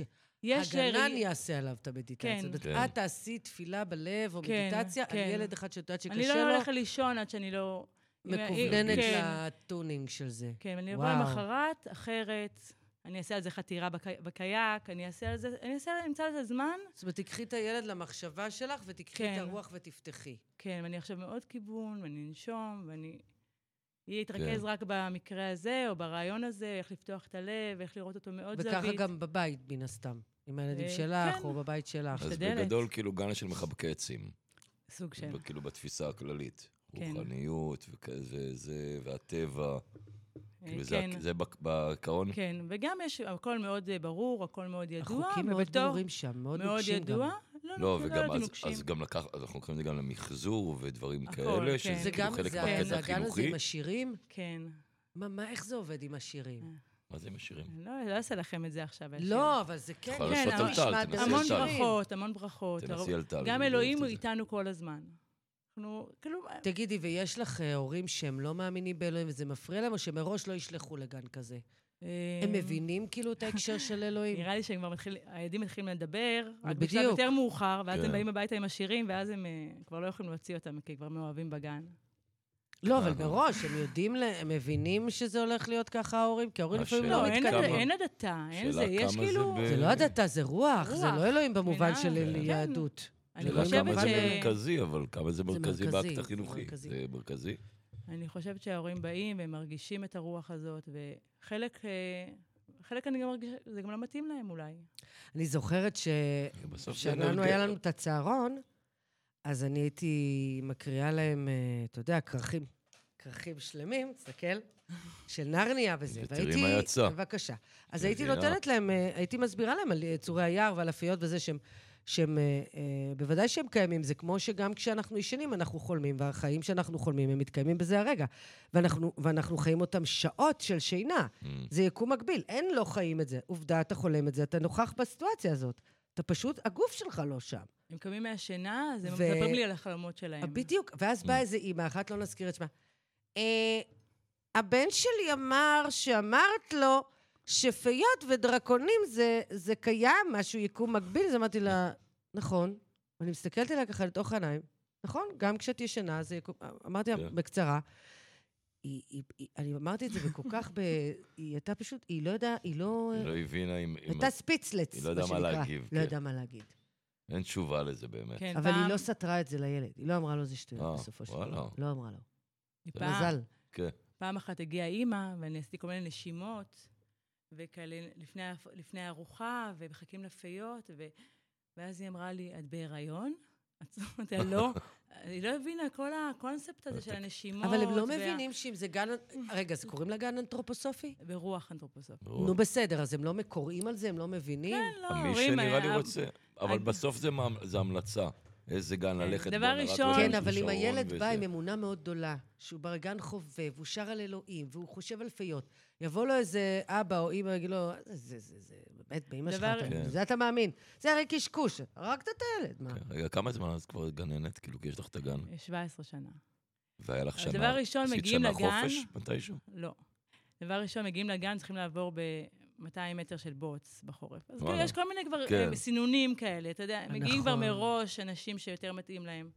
יש... אה, שהגנן רי- יעשה עליו את המדיטציה. כן. זאת כן. אומרת, את תעשי תפילה בלב או כן, מדיטציה על כן. ילד אחד שאת יודעת אני לא שקשה לו, הולכת לישון עד שאני לא... מקווננת כן. לטונינג של זה. כן, אני וואו. אבוא למחרת, אחרת, אני אעשה על זה חתירה בקי- בקיאק, אני אעשה על זה... אני אעשה- אמצא לזה זמן. זאת אומרת, תיקחי את הילד למחשבה שלך ותיקחי כן. את הרוח ותפתחי. כן, ואני עכשיו מאוד כיוון, ואני אנשום, ואני... יהיה יתרכז כן. רק במקרה הזה, או ברעיון הזה, איך לפתוח את הלב, איך לראות אותו מאוד זווית. וככה גם בבית, מן הסתם. עם הילדים אה, שלך כן. או בבית שלך. אז משתדלת. בגדול, כאילו, גן של מחבקי עצים. סוג של... כאילו, בתפיסה הכללית. כן. רוחניות וכזה, זה, והטבע. אה, כאילו, זה- כן. זה בק- בעיקרון? כן, וגם יש, הכל מאוד אה, ברור, הכל מאוד ידוע. החוקים מאוד ובתור- ברורים שם, מאוד מאוד נוקשים גם. ידוע. לא, לא, לא, וגם לא יודעת אם אז, נוקשים. אז גם לקח, אז אנחנו קוראים לזה גם למחזור ודברים הכל, כאלה, כן. שזה זה כאילו גם, חלק זה מהקטע זה הגן הזה החינוכי. עם השירים? כן. מה, מה, איך זה עובד עם השירים? אה, מה זה עם השירים? אני לא, לא אעשה לכם את זה עכשיו. השיר. לא, אבל זה כן, יכולה כן, לעשות המון- טלטל, נשמע תנסי דרך המון טלטל. השירים. ברכות, המון ברכות. תנסי הר- על טל. גם אני אלוהים אוהבת הוא את זה. איתנו כל הזמן. אנחנו, כאילו, תגידי, ויש לך אה, הורים שהם לא מאמינים באלוהים וזה מפריע להם, או שמראש לא ישלחו לגן כזה? אה, הם מבינים כאילו את ההקשר של אלוהים? נראה לי שהם כבר מתחילים, הילדים מתחילים לדבר, רק בשלב אה, בדיוק. יותר מאוחר, ואז כן. הם באים הביתה עם השירים, ואז הם אה, כבר לא יכולים להוציא אותם, כי כבר מאוהבים בגן. לא, אבל אה. מראש, הם יודעים, ל- הם מבינים שזה הולך להיות ככה ההורים? כי ההורים לפעמים השאלה לא לא, אין מתקדמים. כמה- אין הדתה, אין זה, השאלה יש כמה זה כאילו... ב- זה לא הדתה, זה רוח, זה רוח. לא אלוהים במובן מבינה? של כן. יהדות. אני השאלה חושבת כמה ש... זה מרכזי, אבל כמה זה מרכזי מרכזי, באקט זה החינוכי. מרכזי. זה מרכזי? אני חושבת שההורים באים והם מרגישים את הרוח הזאת, וחלק, אה, חלק אני גם מרגישה, זה גם לא מתאים להם אולי. אני זוכרת ש... בסוף זה כשאנחנו, נרגע. היה לנו את הצהרון, אז אני הייתי מקריאה להם, אה, אתה יודע, כרכים, כרכים שלמים, תסתכל, של נרניה וזה. ותראי מה יצא. בבקשה. אז הייתי מבינה. נותנת להם, אה, הייתי מסבירה להם על אה, צורי היער ועל אפיות וזה שהם... שהם, אה, אה, בוודאי שהם קיימים, זה כמו שגם כשאנחנו ישנים אנחנו חולמים, והחיים שאנחנו חולמים הם מתקיימים בזה הרגע. ואנחנו, ואנחנו חיים אותם שעות של שינה. אמ, זה יקום מקביל, אין לא חיים את זה. עובדה, אתה חולם את זה, אתה נוכח בסיטואציה הזאת. אתה פשוט, הגוף שלך לא שם. הם קמים מהשינה, אז הם ו- מדברים לי על החלומות שלהם. בדיוק. ואז באה איזו אימא אחת, לא נזכיר את שמה. "אה, הבן שלי אמר שאמרת לו שפיות ודרקונים זה, זה קיים, משהו יקום מקביל. אז אמרתי לה, נכון. אני מסתכלת עליה ככה לתוך העיניים, נכון, גם כשאת ישנה זה יקום... אמרתי לה כן. בקצרה. היא, היא, היא, אני אמרתי את זה וכל כך ב... היא הייתה פשוט, היא לא יודעה, היא לא... היא לא הבינה אם... אם- הייתה ספיצלץ, היא לא ידעה מה מה שנקרא. להגיב, לא כן. ידעה מה להגיד. אין תשובה לזה באמת. כן, אבל פעם- היא לא סתרה את זה לילד. היא לא אמרה לו זה אה, שטויות בסופו של וואלה. דבר. לא אמרה לו. היא פעם- מזל. כן. פעם אחת הגיעה אימא, ואני עשיתי כל מיני נשימות, וכאלה לפני, ה- לפני הארוחה, ומחכים לפיות, ו... ואז היא אמרה לי, את בהיריון? את אומרת, לא, היא לא הבינה כל הקונספט הזה של הנשימות. אבל הם לא וה- מבינים שאם זה גן... רגע, אז קוראים לגן אנתרופוסופי? ברוח אנתרופוסופי. נו, בסדר, אז הם לא מקוראים על זה? הם לא מבינים? כן, לא, מי ההורים... שנראה לי ה- רוצה, אבל הד- בסוף זה מה- זה המלצה. איזה גן ללכת בו, כן. דבר אני רק ראשון- רואה כן, איזשהו אבל אם שעון הילד בא וזה. עם אמונה מאוד גדולה, שהוא ברגן חובב, הוא שר על אלוהים, והוא חושב על פיות, יבוא לו איזה אבא או אמא, יגיד לו, זה, זה, זה, זה, באמת, באמא שלך, דבר- אתה- כן. זה אתה מאמין. זה הרי קשקוש, הרגת את הילד, מה? כן, רגע, כמה זמן את כבר גננת? כאילו, כי יש לך את הגן, 17 אה, שנה. והיה לך שנה... אז דבר ראשון, עשית מגיעים שנה לגן. חופש מתישהו? לא. דבר ראשון, מגיעים לגן, צריכים לעבור ב-200 מטר של בוץ בחורף. אז וואלה. כאילו, יש כל מיני כבר כן. אה, סינונים כאלה, אתה יודע, מגיעים כבר נכון. מראש אנשים שיותר מתאים להם.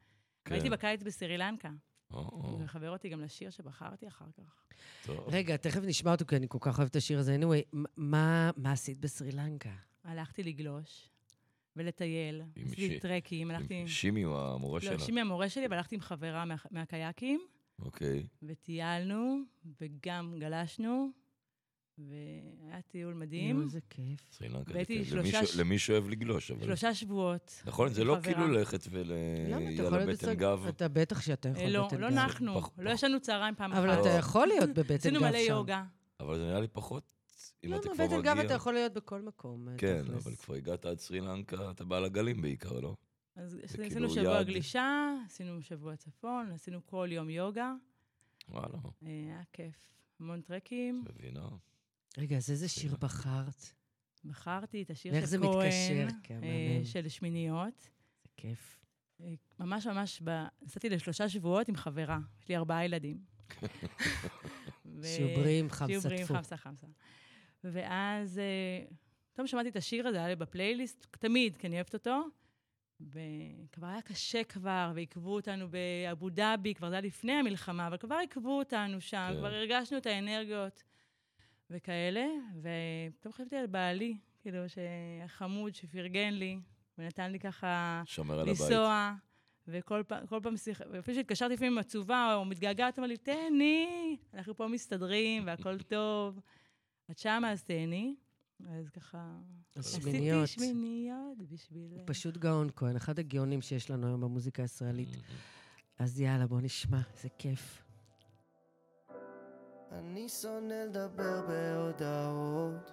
כן. הייתי בקיץ בסרי לנקה. או, או, זה מחבר אותי גם לשיר שבחרתי אחר כך. טוב. רגע, תכף נשמע אותו, כי אני כל כך אוהבת את השיר הזה. anyway, מ- מה מה עשית בסרי לנקה? הלכתי לגלוש ולטייל, עם עשיתי שי- טרקים, הלכתי... שימי הוא המורה לא, שלך. שימי המורה שלי, והלכתי עם חברה מה- מהקייקים, אוקיי. וטיילנו, וגם גלשנו, והיה טיול מדהים. נו, איזה כיף. סרי לנקה. והייתי זה כיף. שלושה למי ש- ש- למי שאוהב לגלוש, אבל... שלושה שבועות. נכון, זה לא חברה. כאילו ללכת למה, אתה ויהיה יכול לה להיות בטן בצד- גב. אתה בטח שאתה יכול אה, לא, בטן לא גב. נחנו, פח- לא פח- ישנו צהריים פעם אחת. נכון, אבל אתה לא. יכול להיות בבטן גב שם. עשינו מלא יוגה. אבל זה נראה לי פחות, אם אתה למה? כבר בטן גב אתה מגיע. יכול להיות בכל מקום. אה, כן, תכלס. אבל כבר הגעת עד סרי לנקה, אתה בא לגלים בעיקר, לא? אז כאילו עשינו שבוע יעד. גלישה, עשינו שבוע צפון, עשינו כל יום יוגה. וואלה, אה? אה, היה כיף. המון טרקים. מבינה. רגע, אז איזה כן. שיר בחרת? בחרתי את השיר ואיך של זה כהן, מתקשר? כן, אה, מהמם. של שמיניות. זה כיף. אה, ממש ממש, ב- נסעתי לשלושה שבועות עם חברה, יש לי ארבעה ילדים. ו- שוברים, חמסה, שיעוברים, טפו. חמסה, חמסה. ואז, אה, פתאום שמעתי את השיר הזה, היה לי בפלייליסט, תמיד, כי אני אוהבת אותו. וכבר היה קשה כבר, ועיכבו אותנו באבו דאבי, כבר זה היה לפני המלחמה, אבל כבר עיכבו אותנו שם, כן. כן. כבר הרגשנו את האנרגיות וכאלה, ופתאום חשבתי על בעלי, כאילו, שהחמוד שפרגן לי, ונתן לי ככה שמר על הבית. לנסוע, וכל פעם, כל פעם שיח... ואפילו שהתקשרתי לפעמים עם עצובה או מתגעגעת, אמר לי, תהני, אנחנו פה מסתדרים והכל טוב. את שמה, אז תהני. אז ככה... אז עשיתי שמיניות. שמיניות בשביל... הוא פשוט גאון כהן, אחד הגאונים שיש לנו היום במוזיקה הישראלית. Mhm. אז יאללה, בוא נשמע, זה כיף. אני שונא לדבר בהודעות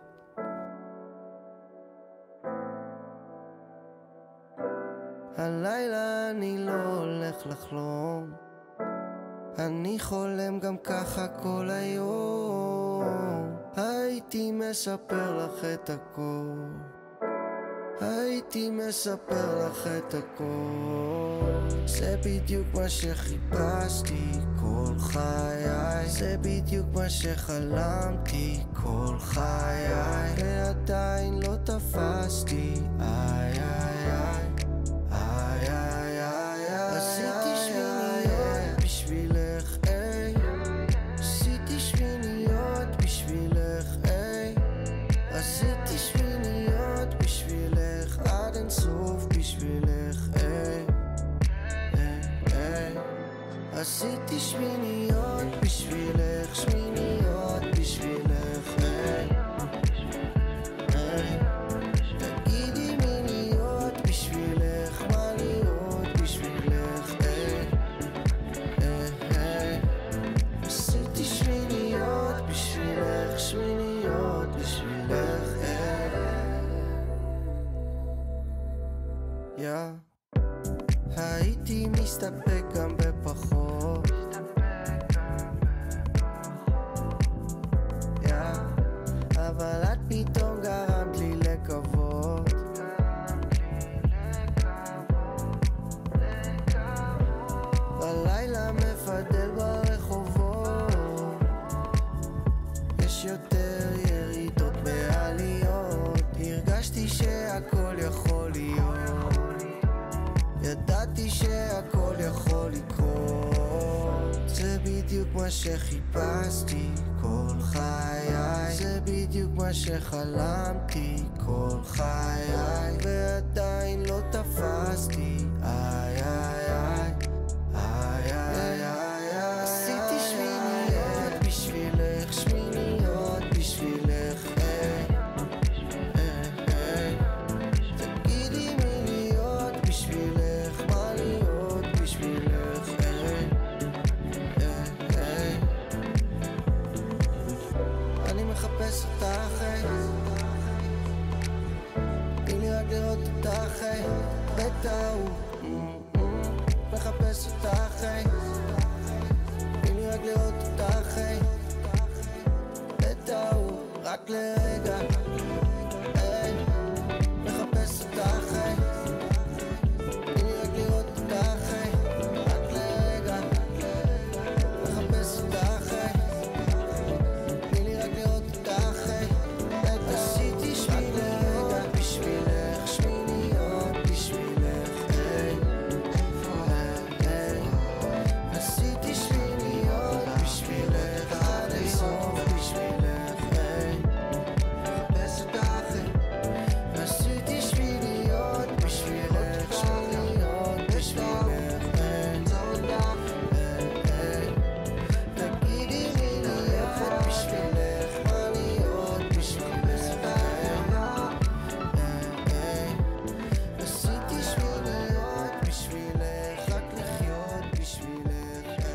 הלילה אני לא הולך לחלום אני חולם גם ככה כל היום הייתי מספר לך את הכל הייתי מספר לך את הכל זה בדיוק מה שחיפשתי כל חיי זה בדיוק מה שחלמתי כל חיי ועדיין לא תפסתי איי איי איי איי איי איי איי עשיתי שמיניות בשבילך איי עשיתי שמיניות בשבילך איי עשיתי שמיניות בשבילך עד אינסוף בשבילך איי איי איי עשיתי שמיניות בשבילך שמיניות בשבילך איי היי. תגידי מי להיות בשבילך, מה להיות בשבילך, היי, היי, היי. עשיתי שמיניות בשבילך, שמיניות בשבילך, אה. היי. יא. הייתי מסתפק גם בפחות. יא. אבל את פתאום גרמת לי לקוות. בלילה מפדל ברחובות. יש יותר ירידות ועליות. הרגשתי שהכל יכול להיות. ידעתי שהכל יכול לקרות זה בדיוק מה שחיפשתי כל חיי זה בדיוק מה שחלמתי כל חיי ועדיין לא תפסתי איי איי איי איי איי איי איי עשיתי שמיניות בשבילך שמיניות בשבילך אה, איי איי איי תגידי מי להיות בשבילך, מה להיות בשבילך מחפש אה. אותה אחרי תני לי רק לראות אותה אחרי בטעות מחפש אותה אחרי תני לי רק לראות אותה אחרי בטעות רק לרגע היי, מחפש אותה אחרי תני לי רק לראות אותה אחרי רק לרגע מחפש אותה אחרי תני לי רק לראות אותך, היי. עשיתי שמיניות בשבילך, שמיניות בשבילך, היי. היי. עשיתי שמיניות בשבילך, עד הסוף בשבילך, היי. מחפש אותך, היי. עשיתי שמיניות בשבילך, שמיניות בשבילך, היי. היי, היי. תגידי לי להיות בשבילך, מה להיות בשבילך. עשיתי שמיניות בשבילך, רק לחיות בשבילך.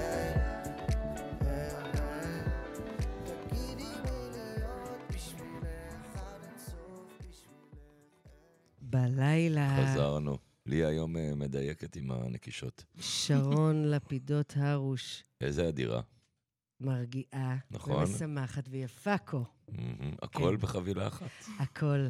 תגידי לי להיות בשבילך, עד הסוף בשבילך. בלילה. חזרנו. לי היום אה, מדייקת עם הנקישות. שרון לפידות הרוש איזה אדירה. מרגיעה. נכון. ומשמחת ויפה כה, מהמם. כן. הכל בחבילה אחת. הכל.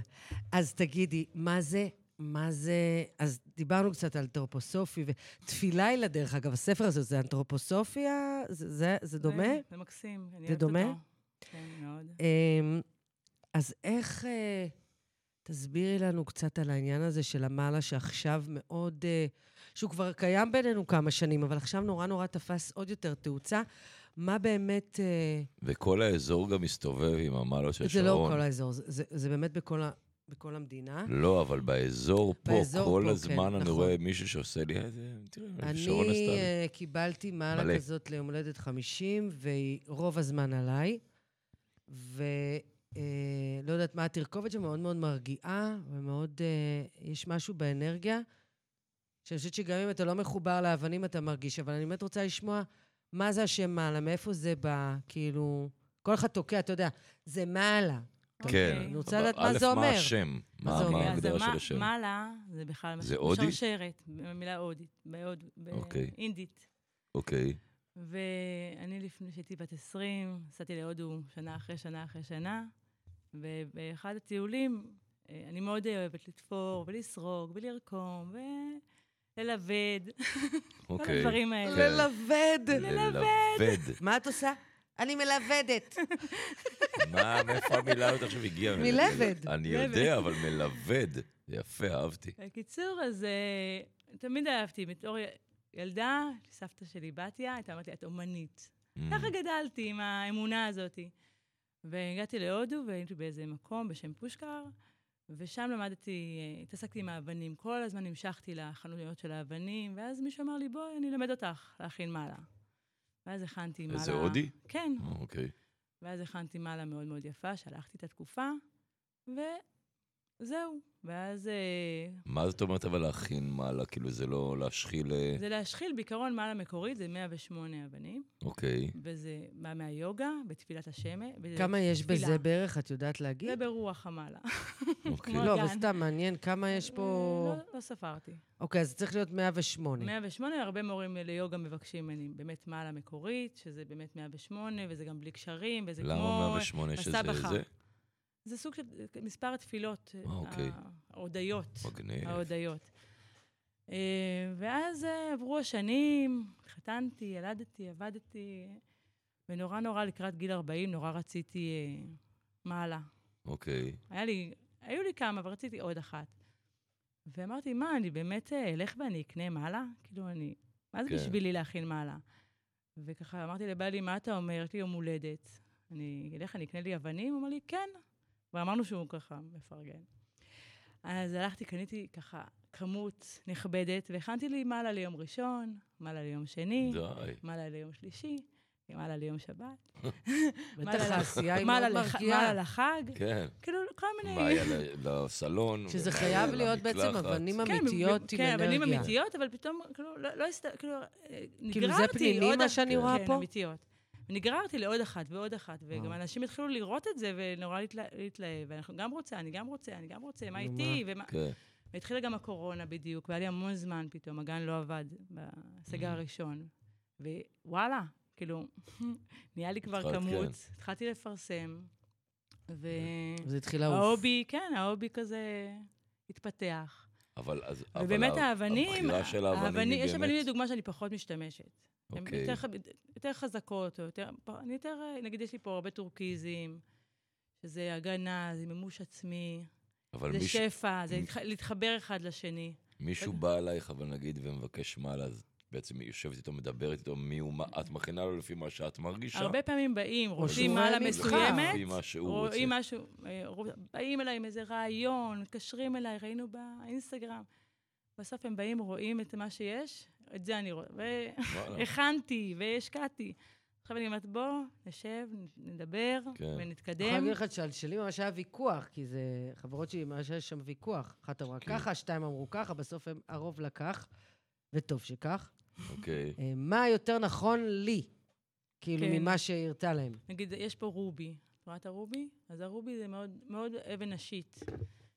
אז תגידי, מה זה, מה זה... אז דיברנו קצת על אנתרופוסופי, ותפילה היא לה, דרך אגב, הספר הזה, זה אנתרופוסופיה? זה, זה, זה דומה? זה- זה מקסים. אני אוהבת דומה? אותו. כן, מאוד. אמ, אז איך... אה, תסבירי לנו קצת על העניין הזה של המעלה שעכשיו מאוד... אה, שהוא כבר קיים בינינו כמה שנים, אבל עכשיו נורא נורא תפס עוד יותר תאוצה. מה באמת... אה, וכל האזור גם מסתובב עם המעלות של זה שרון. לא כל האזור, זה- זה- זה באמת בכל ה- בכל המדינה. לא, אבל באזור פה, באזור כל פה, הזמן כן, אני נכון. רואה מישהו שעושה לי, "אה, זה- תראה, שרון אני עשתה לי. אה, קיבלתי מלא. מעלה כזאת ליום הולדת 50, והיא רוב הזמן עליי, ולא יודעת מה התרכובת שם, מאוד מאוד מרגיעה, ומאוד, אה, יש משהו באנרגיה, שאני חושבת שגם אם אתה לא מחובר לאבנים אתה מרגיש, אבל אני באמת רוצה לשמוע מה זה השם מעלה, מאיפה זה בא, כאילו, כל אחד תוקע, אתה יודע, זה מעלה. כן. אוקיי. אני רוצה אבל לדעת מה א', זה אומר. מה השם? מה זה מה מה אומר? אוקיי, אז ההגדרה של המה- השם? מעלה זה בכלל זה משהו- הודית? שרשרת, מילה הודית, בהוד- אוקיי. באינדית. אוקיי. ואני לפני שהייתי בת 20, נסעתי להודו שנה אחרי שנה אחרי שנה, ובאחד הטיולים, אה, אני מאוד אוהבת לתפור ולסרוג ולרקום וללבד, כל אוקיי. הדברים האלה. כן. ללבד! ללבד. מה את עושה? אני מלבדת. מה, מאיפה המילה הזאת עכשיו הגיעה? מלבד. אני מלבד. יודע, אבל מלבד. זה יפה, אהבתי. בקיצור, אז אה, תמיד אהבתי, בתור י- ילדה, סבתא שלי בתיה, הייתה אומרת לי, את אומנית. אה, ככה גדלתי עם האמונה הזאת. והגעתי להודו והייתי באיזה מקום בשם פושקר, ושם למדתי, אה, התעסקתי עם האבנים. כל הזמן נמשכתי לחנויות של האבנים, ואז מישהו אמר לי, בואי, אני אלמד אותך להכין מעלה. ואז הכנתי מעלה... איזה הודי? כן. אה, אוקיי. ואז הכנתי מעלה מאוד מאוד יפה, שלחתי את התקופה, וזהו. ואז אה, מה זאת אומרת אבל להכין מעלה? כאילו זה לא להשחיל... אה, זה להשחיל בעיקרון מעלה מקורית, זה 108 אבנים, אוקיי. וזה בא מהיוגה, בתפילת השמש. וזה כמה יש תפילה. בזה בערך, את יודעת להגיד? זה ברוח המעלה. אוקיי. כמו לא, אבל הגן. סתם מעניין כמה יש פה... אה, לא, לא ספרתי. אוקיי, אז צריך להיות 108. 108, הרבה מורים ליוגה מבקשים ממני באמת מעלה מקורית, שזה באמת 108, וזה גם בלי קשרים, וזה למה כמו... 108 שזה בסבכה. זה? זה סוג של מספר התפילות. אה, אוקיי. ההודיות. מגניב. ההודיות. אה, ואז אה, עברו השנים, התחתנתי, ילדתי, עבדתי, ונורא נורא לקראת גיל 40, נורא רציתי אה, מעלה. אוקיי. היה לי, היו לי כמה, ורציתי עוד אחת. ואמרתי, מה, אני באמת אה, אלך ואני אקנה מעלה? כאילו, אני... מה זה כן. בשבילי להכין מעלה? וככה אמרתי לבעלי, מה אתה אומר? יש לי יום הולדת. אני אלך, אני אקנה לי אבנים? הוא אמר לי, כן. ואמרנו שהוא ככה מפרגן. אז הלכתי, קניתי ככה כמות נכבדת, והכנתי לי מעלה ליום ראשון, מעלה ליום שני, די. מעלה ליום שלישי, מעלה ליום שבת, בטח מה- העשייה היא מעלה מאוד לח- מרגיעה. מעלה לחג, כן. כאילו, כל מיני... מה היה ל- לסלון? שזה ומה חייב היה להיות בעצם למקלחת? אבנים כן, אמיתיות ב- עם כן, אבנים אנרגיה. אמיתיות, אבל פתאום, כאילו, לא, לא הסת... כאילו, אה, נגררתי. כאילו, זה פנינים עוד מה ה- שאני כן, רואה כן, פה? אמיתיות. ונגררתי לעוד אחת ועוד אחת, וגם וואו. אנשים התחילו לראות את זה ונורא להתלה- להתלהב, ואנחנו גם רוצה, אני גם רוצה, אני גם רוצה, מה נו, איתי? ומה... כן. והתחילה גם הקורונה בדיוק, והיה לי המון זמן פתאום, הגן לא עבד בסגר Mm. הראשון. ווואלה, כאילו, נהיה לי כבר התחלת, כמות, כן. אוקיי. התחלתי לפרסם, וההובי, זה התחיל לעוף. כן, ההובי כזה התפתח. אבל אז... אבל ובאמת ה- האבנים, הבחירה של האבנים היא באמת... יש אבנים לדוגמה שאני פחות משתמשת. הן אוקיי. יותר, ח- יותר חזקות, או יותר, אני יותר, אה, נגיד יש לי פה הרבה טורקיזים, שזה הגנה, זה מימוש עצמי, אבל זה מישהו- שפע, זה מ- להתח- להתחבר אחד לשני. מישהו בא אלייך, אבל נגיד, ומבקש מעל, אז בעצם היא יושבת איתו, מדברת איתו, מי הוא, מה... את מכינה לו לפי מה שאת מרגישה? לא, הרבה פעמים באים, שהוא רוצים מעלה רואה ולפי מסוימת, מסוימת, מה שהוא רוצה. רואים משהו, אה, רוא- באים אליי עם איזה רעיון, מתקשרים אליי, ראינו באינסטגרם. בסוף הם באים, רואים את מה שיש, את זה אני רואה. וואלה. והכנתי והשקעתי. עכשיו אני אומרת, בוא, נשב, נדבר כן. אני יכולה ונתקדם. להגיד לך שלשלי ממש היה ויכוח, כי זה חברות שלי, ממש היה שם ויכוח. אחת אמרה כן. ככה, שתיים אמרו ככה, בסוף הם- הרוב לקח, וטוב שכך. אוקיי. אה, מה יותר נכון לי, כאילו, כן. ממה שהרתה להם. נגיד, יש פה רובי. את רואה את הרובי? אז הרובי זה מאוד, מאוד אבן נשית.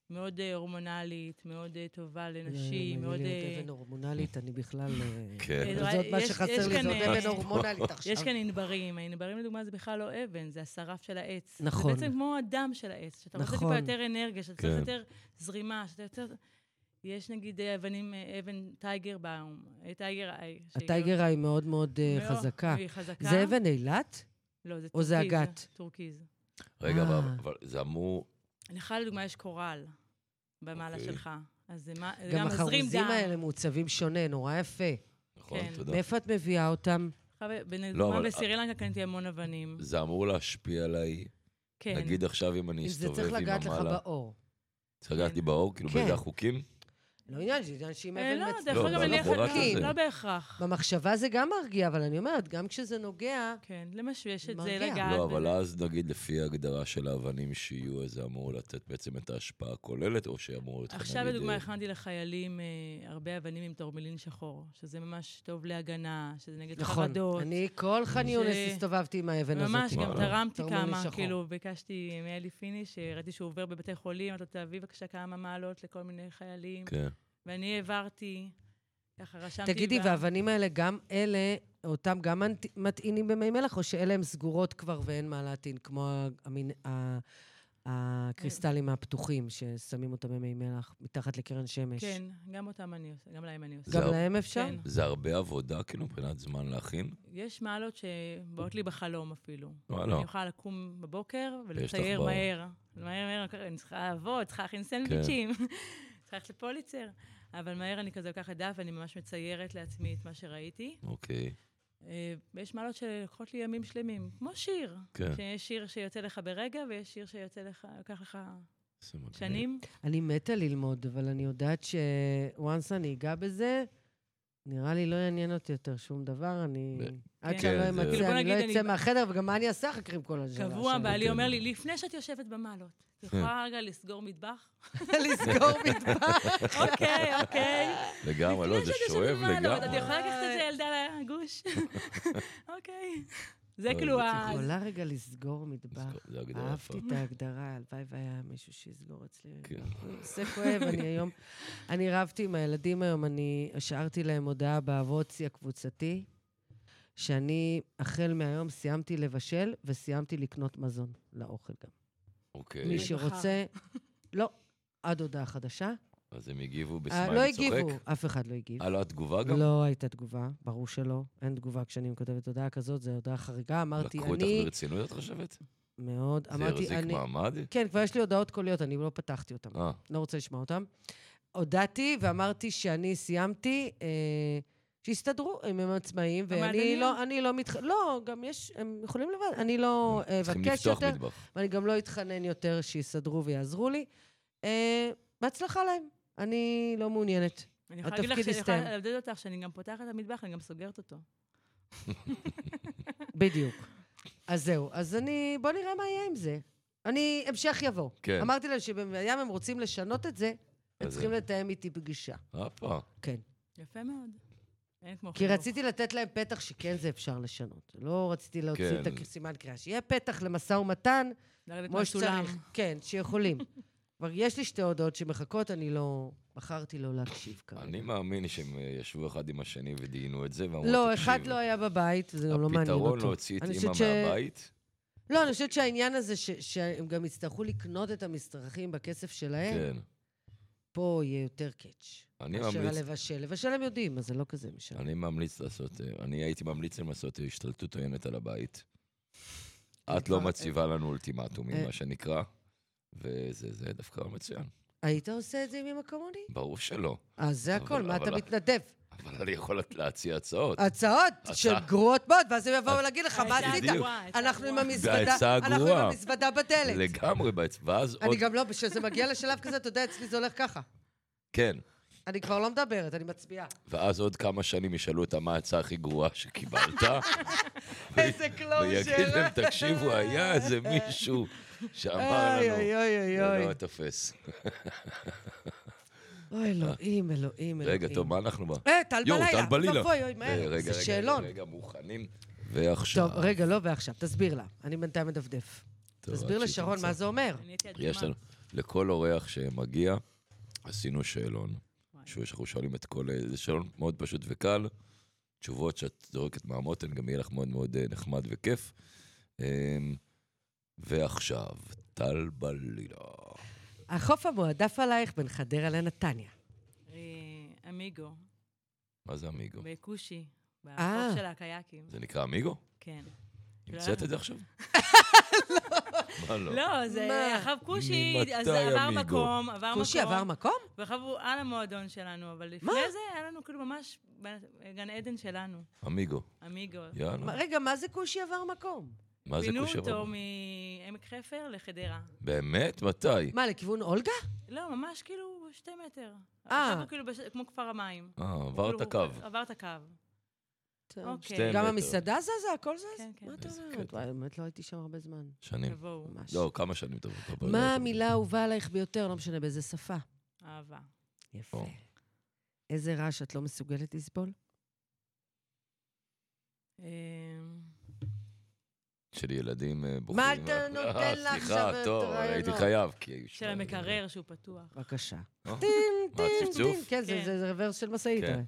מאוד אה, הורמונלית, מאוד אה, טובה לנשים, מאוד... אה, כן, אבן הורמונלית, אני בכלל... אה, כן. אה, זאת מה יש- שחסר יש לי, כאן, זאת אה, אבן הורמונלית עכשיו. יש כאן ענברים, הענברים לדוגמה זה בכלל לא אבן, זה השרף של העץ. נכון. זה בעצם כמו הדם של העץ, שאתה רוצה נכון. טיפה יותר אנרגיה, שאתה כן. צריך יותר זרימה, שאתה יותר... יש נגיד אה, אבנים, אה, אבן טייגר באום, אה, טייגר איי. שהיא הטייגר היא מאוד מאוד אה, מאוד- חזקה. היא חזקה. זה אבן אילת? לא, זה או זה טורקיז, אגת? טורקיז. רגע, אבל- אה. אבל זה אמור... לך לדוגמה יש קורל במעלה אוקיי. שלך, אז זה מה- זה גם גם מזרים החרוזים דם. האלה מעוצבים שונה, נורא יפה. נכון, כן. תודה. מאיפה את מביאה אותם? עכשיו, לא, לדוגמה אבל- בסרי לנקה קניתי המון אבנים. זה אמור להשפיע עליי. כן. נגיד עכשיו אם אני אם זה אסתובב צריך עם לגעת לך המעלה. באור. צריך לגעת לי באור? כאילו כן. באיזה החוקים? לא עניין, זה עניין שאם אה, אבן לא, מצ... זה לא, יכול גם להניח... בלבורט לא- הזה. לא בהכרח. במחשבה זה גם מרגיע, אבל אני אומרת, גם כשזה נוגע, כן, למשש את זה, מרגיע. לגעת. לא, אבל בזה. אז נגיד לפי ההגדרה של האבנים שיהיו, אז זה אמור לתת בעצם את ההשפעה הכוללת, או שאמור להיות... לך, עכשיו נגיד, לדוגמה אה, הכנתי לחיילים אה, הרבה אבנים עם תורמלין שחור, שזה ממש טוב להגנה, שזה נגד נכון. חרדות. אני כל חאן ש- יונס הסתובבתי עם כן, האבן הזאת. ממש, גם וואלה. תרמתי תורמלין כמה, שחור. כאילו, ביקשתי מאלי פיניש, אה, ראיתי שהוא עובר בבתי חולים, אמרתי לו, תביא בבקשה כמה מעלות לכל מיני חיילים, כן. ואני העברתי, ככה רשמתי... תגידי, ב- והאבנים האלה, גם אלה, אותם גם מט- מטעינים במי מלח, או שאלה הן סגורות כבר ואין מה להטעין, כמו ה- המין- ה- הקריסטלים הפתוחים ששמים אותם במי מלח, מתחת לקרן שמש? כן, גם אותם אני עושה, גם להם אני עושה. גם זה- להם אפשר? כן. זה הרבה עבודה, כאילו, מבחינת זמן להכין? יש מעלות שבאות לי בחלום אפילו. וואלה. אני יכולה לקום בבוקר ויש לך ולצייר בר. מהר. מהר, מהר, אני צריכה לעבוד, צריכה להכין סנדוויצ'ים, כן. צריכה ללכת לפוליצר. אבל מהר אני כזה לוקחת דף ואני ממש מציירת לעצמי את מה שראיתי. אוקיי. אה, ויש מעלות שלוקחות לי ימים שלמים, כמו שיר. כן. שיש אה, שיר שיוצא לך ברגע ויש שיר שיוצא לך, לוקח לך זה מגניב. שנים. אני מתה ללמוד, אבל אני יודעת ש-once אני אגע בזה, נראה לי לא יעניין אותי יותר שום דבר, אני... ב- עד כן, שאני לא זה- כאילו, אמצא, בוא אני לא נגיד, אצא אני- מהחדר, וגם מה אני אעשה אחר כך עם כל השאלה קבוע, שלי? בעלי כן. אומר לי, לפני שאת יושבת במעלות, את יכולה רגע לסגור מטבח? לסגור מטבח. אוקיי, אוקיי. לגמרי, לא, זה שואב את לגמרי. יכולה לקחת את הילדה לגוש? אוקיי. זה אוי, כאילו אה, זה ה... יכולה רגע לסגור מטבח. זה הגדרה יפה. אהבתי את ההגדרה, הלוואי והיה מישהו שיסגור אצלי. כן. זה כואב, אני היום... אני רבתי עם הילדים היום, אני השארתי להם הודעה באבוצי הקבוצתי, שאני החל מהיום סיימתי לבשל וסיימתי לקנות מזון לאוכל גם. אוקיי, מי שרוצה... לא, עד הודעה חדשה. אז הם הגיבו אה, בסמייל לא הגיבו, צוחק. אף אחד לא הגיב. אה, לא, התגובה גם? לא הייתה תגובה, ברור שלא. אין תגובה כשאני כותבת הודעה כזאת, זו הודעה חריגה. אמרתי, לקחו אותך אני... ברצינות, את חושבת? מאוד. זה אמרתי, החזיק אני... מעמד? כן, כבר יש לי הודעות קוליות, אני לא פתחתי אותן. אה, לא רוצה לשמוע אותן. הודעתי ואמרתי שאני סיימתי, אה, שיסתדרו, אם הם עצמאים, ואני המעדניות. לא, אני לא מתח... לא, גם יש, הם יכולים לבד, אני לא אה, צריכים אבקש לפתוח יותר, מטבח. ואני גם לא אתחנן יותר שיסדרו ויעזרו לי. אה, בהצלחה להם, אני לא מעוניינת. אני יכולה להגיד לך התפקיד שאני יכולה הסתיים. ללמד אותך שאני גם פותחת את המטבח, אני גם סוגרת אותו. בדיוק. אז זהו, אז אני... בוא נראה מה יהיה עם זה. אני... המשך יבוא. כן. אמרתי להם שבמיאם הם רוצים לשנות את זה, הם אז צריכים זה- לתאם איתי פגישה. הפה. כן. יפה מאוד. אין כמו כי חינוך. רציתי לתת להם פתח שכן זה אפשר לשנות. לא רציתי להוציא כן. את הסימן קריאה. שיהיה פתח למשא ומתן, לרדת כמו מהסולם. שצריך. כן, שיכולים. כבר יש לי שתי הודעות שמחכות, אני לא... בחרתי לא להקשיב כרגע. אני מאמין שהם אה, ישבו אחד עם השני ודיינו את זה, ואמרו, לא, "תקשיב, אחד לא היה בבית, וזה גם לא מעניין אותו. הפתרון להוציא את אני אימא חושבת ש- מהבית? לא, אני חושבת שהעניין הזה ש- שהם גם יצטרכו לקנות את המצרכים בכסף שלהם, כן. פה יהיה יותר קאץ'. אני מאשר ממליץ- הלבשל. לבשל הם יודעים, אז זה לא כזה משנה. אני ממליץ לעשות, אה, אני הייתי ממליץ להם לעשות אה, השתלטות עוינת על הבית. את לא כבר- מציבה לנו אולטימטומים, אה. מה שנקרא, וזה זה דווקא מצוין. היית עושה את זה עם אמא כמוני? ברור שלא, אז זה אבל- הכל, מה אבל- אתה מתנדב? אבל אני יכול להציע אה, הצעות. הצעות של גרועות מאוד, ואז הם יבואו להגיד לך, מה העצה עשית? בדיוק. הגרועה, העצה אנחנו עם הגרועה. המזוודה, והעצה אנחנו עם הגרועה. המזוודה בדלת. לגמרי, בעצ- ואז עוד... אני גם לא, כשזה מגיע לשלב כזה, אתה יודע, אצלי זה הולך ככה. כן. אני כבר לא מדברת, אני מצביעה. ואז עוד כמה שנים ישאלו אותה מה ההצעה הכי גרועה שקיבלת, לא איזה ויגיד קלוז'ר. להם, תקשיבו, היה איזה מישהו שאמר אוי, לנו, אוי, אוי, זה אוי. לא תופס. אוי, אלוהים, אלוהים, אלוהים. רגע, טוב, מה אנחנו בה? אה, טל יואו, בלילה. טל בלילה. אוי, אוי, אה, מהר. רגע, זה רגע, שאלון. רגע, רגע, מוכנים. ועכשיו. טוב, רגע, לא, ועכשיו. תסביר לה. אני בינתיים מדפדף. טוב, תסביר עד שהיא לשרון תמצא. מה זה אומר. אני הייתי יש אדומה. לנו, לכל אורח שמגיע, עשינו שאלון. וואי. שהוא- שאנחנו שואלים את כל... זה שאלון מאוד פשוט וקל. תשובות שאת זורקת מהמותן, גם יהיה לך מאוד מאוד אה, נחמד וכיף. אמ, ועכשיו, טל בלילה. החוף המועדף עלייך בין חדרה לנתניה. אה, אמיגו, מה זה אמיגו? בכושי, אה. בחוף של הקייקים, זה נקרא אמיגו? כן. לא. המצאת את זה עכשיו? מה לא? לא, זה מה? אחריו כושי, ממתי אז עבר אמיגו? מקום, עבר מקום. כושי עבר מקום? ואחריו הוא על המועדון שלנו, אבל לפני זה היה לנו כאילו ממש ב- גן עדן שלנו, אמיגו. אמיגו. מה- יאללה. רגע, מה זה כושי עבר מקום? מה זה פינו כושר? אותו מעמק חפר לחדרה. באמת? מתי? מה, לכיוון אולגה? לא, ממש כאילו שתי מטר. אה. עכשיו הוא כאילו בש- כמו כפר המים. אה, עבר את כאילו, הקו. הוא עבר את הקו. אוקיי. שתי גם מטר. המסעדה זזה, הכל זז? כן, כן. מה אתה כן, איזה אומרת? קטע. וואי, באמת לא הייתי שם הרבה זמן. שנים. תבואו, ממש. לא, כמה שנים טובות. אבל לא מה יותר. המילה האהובה עלייך ביותר, לא משנה באיזה שפה? אהבה. יפה. או. איזה רעש את לא מסוגלת לסבול? אמ, של ילדים אה, בוכים. מה אתה נותן אה, לה עכשיו סליחה, את טוב, הרעיונות? הייתי חייב. כי היו של שני- המקרר שהוא פתוח. בבקשה. אה, טין, מה, טין, צפצוף? טין. כן, זה- כן. זה זה רוורס של משאית. כן. הרי.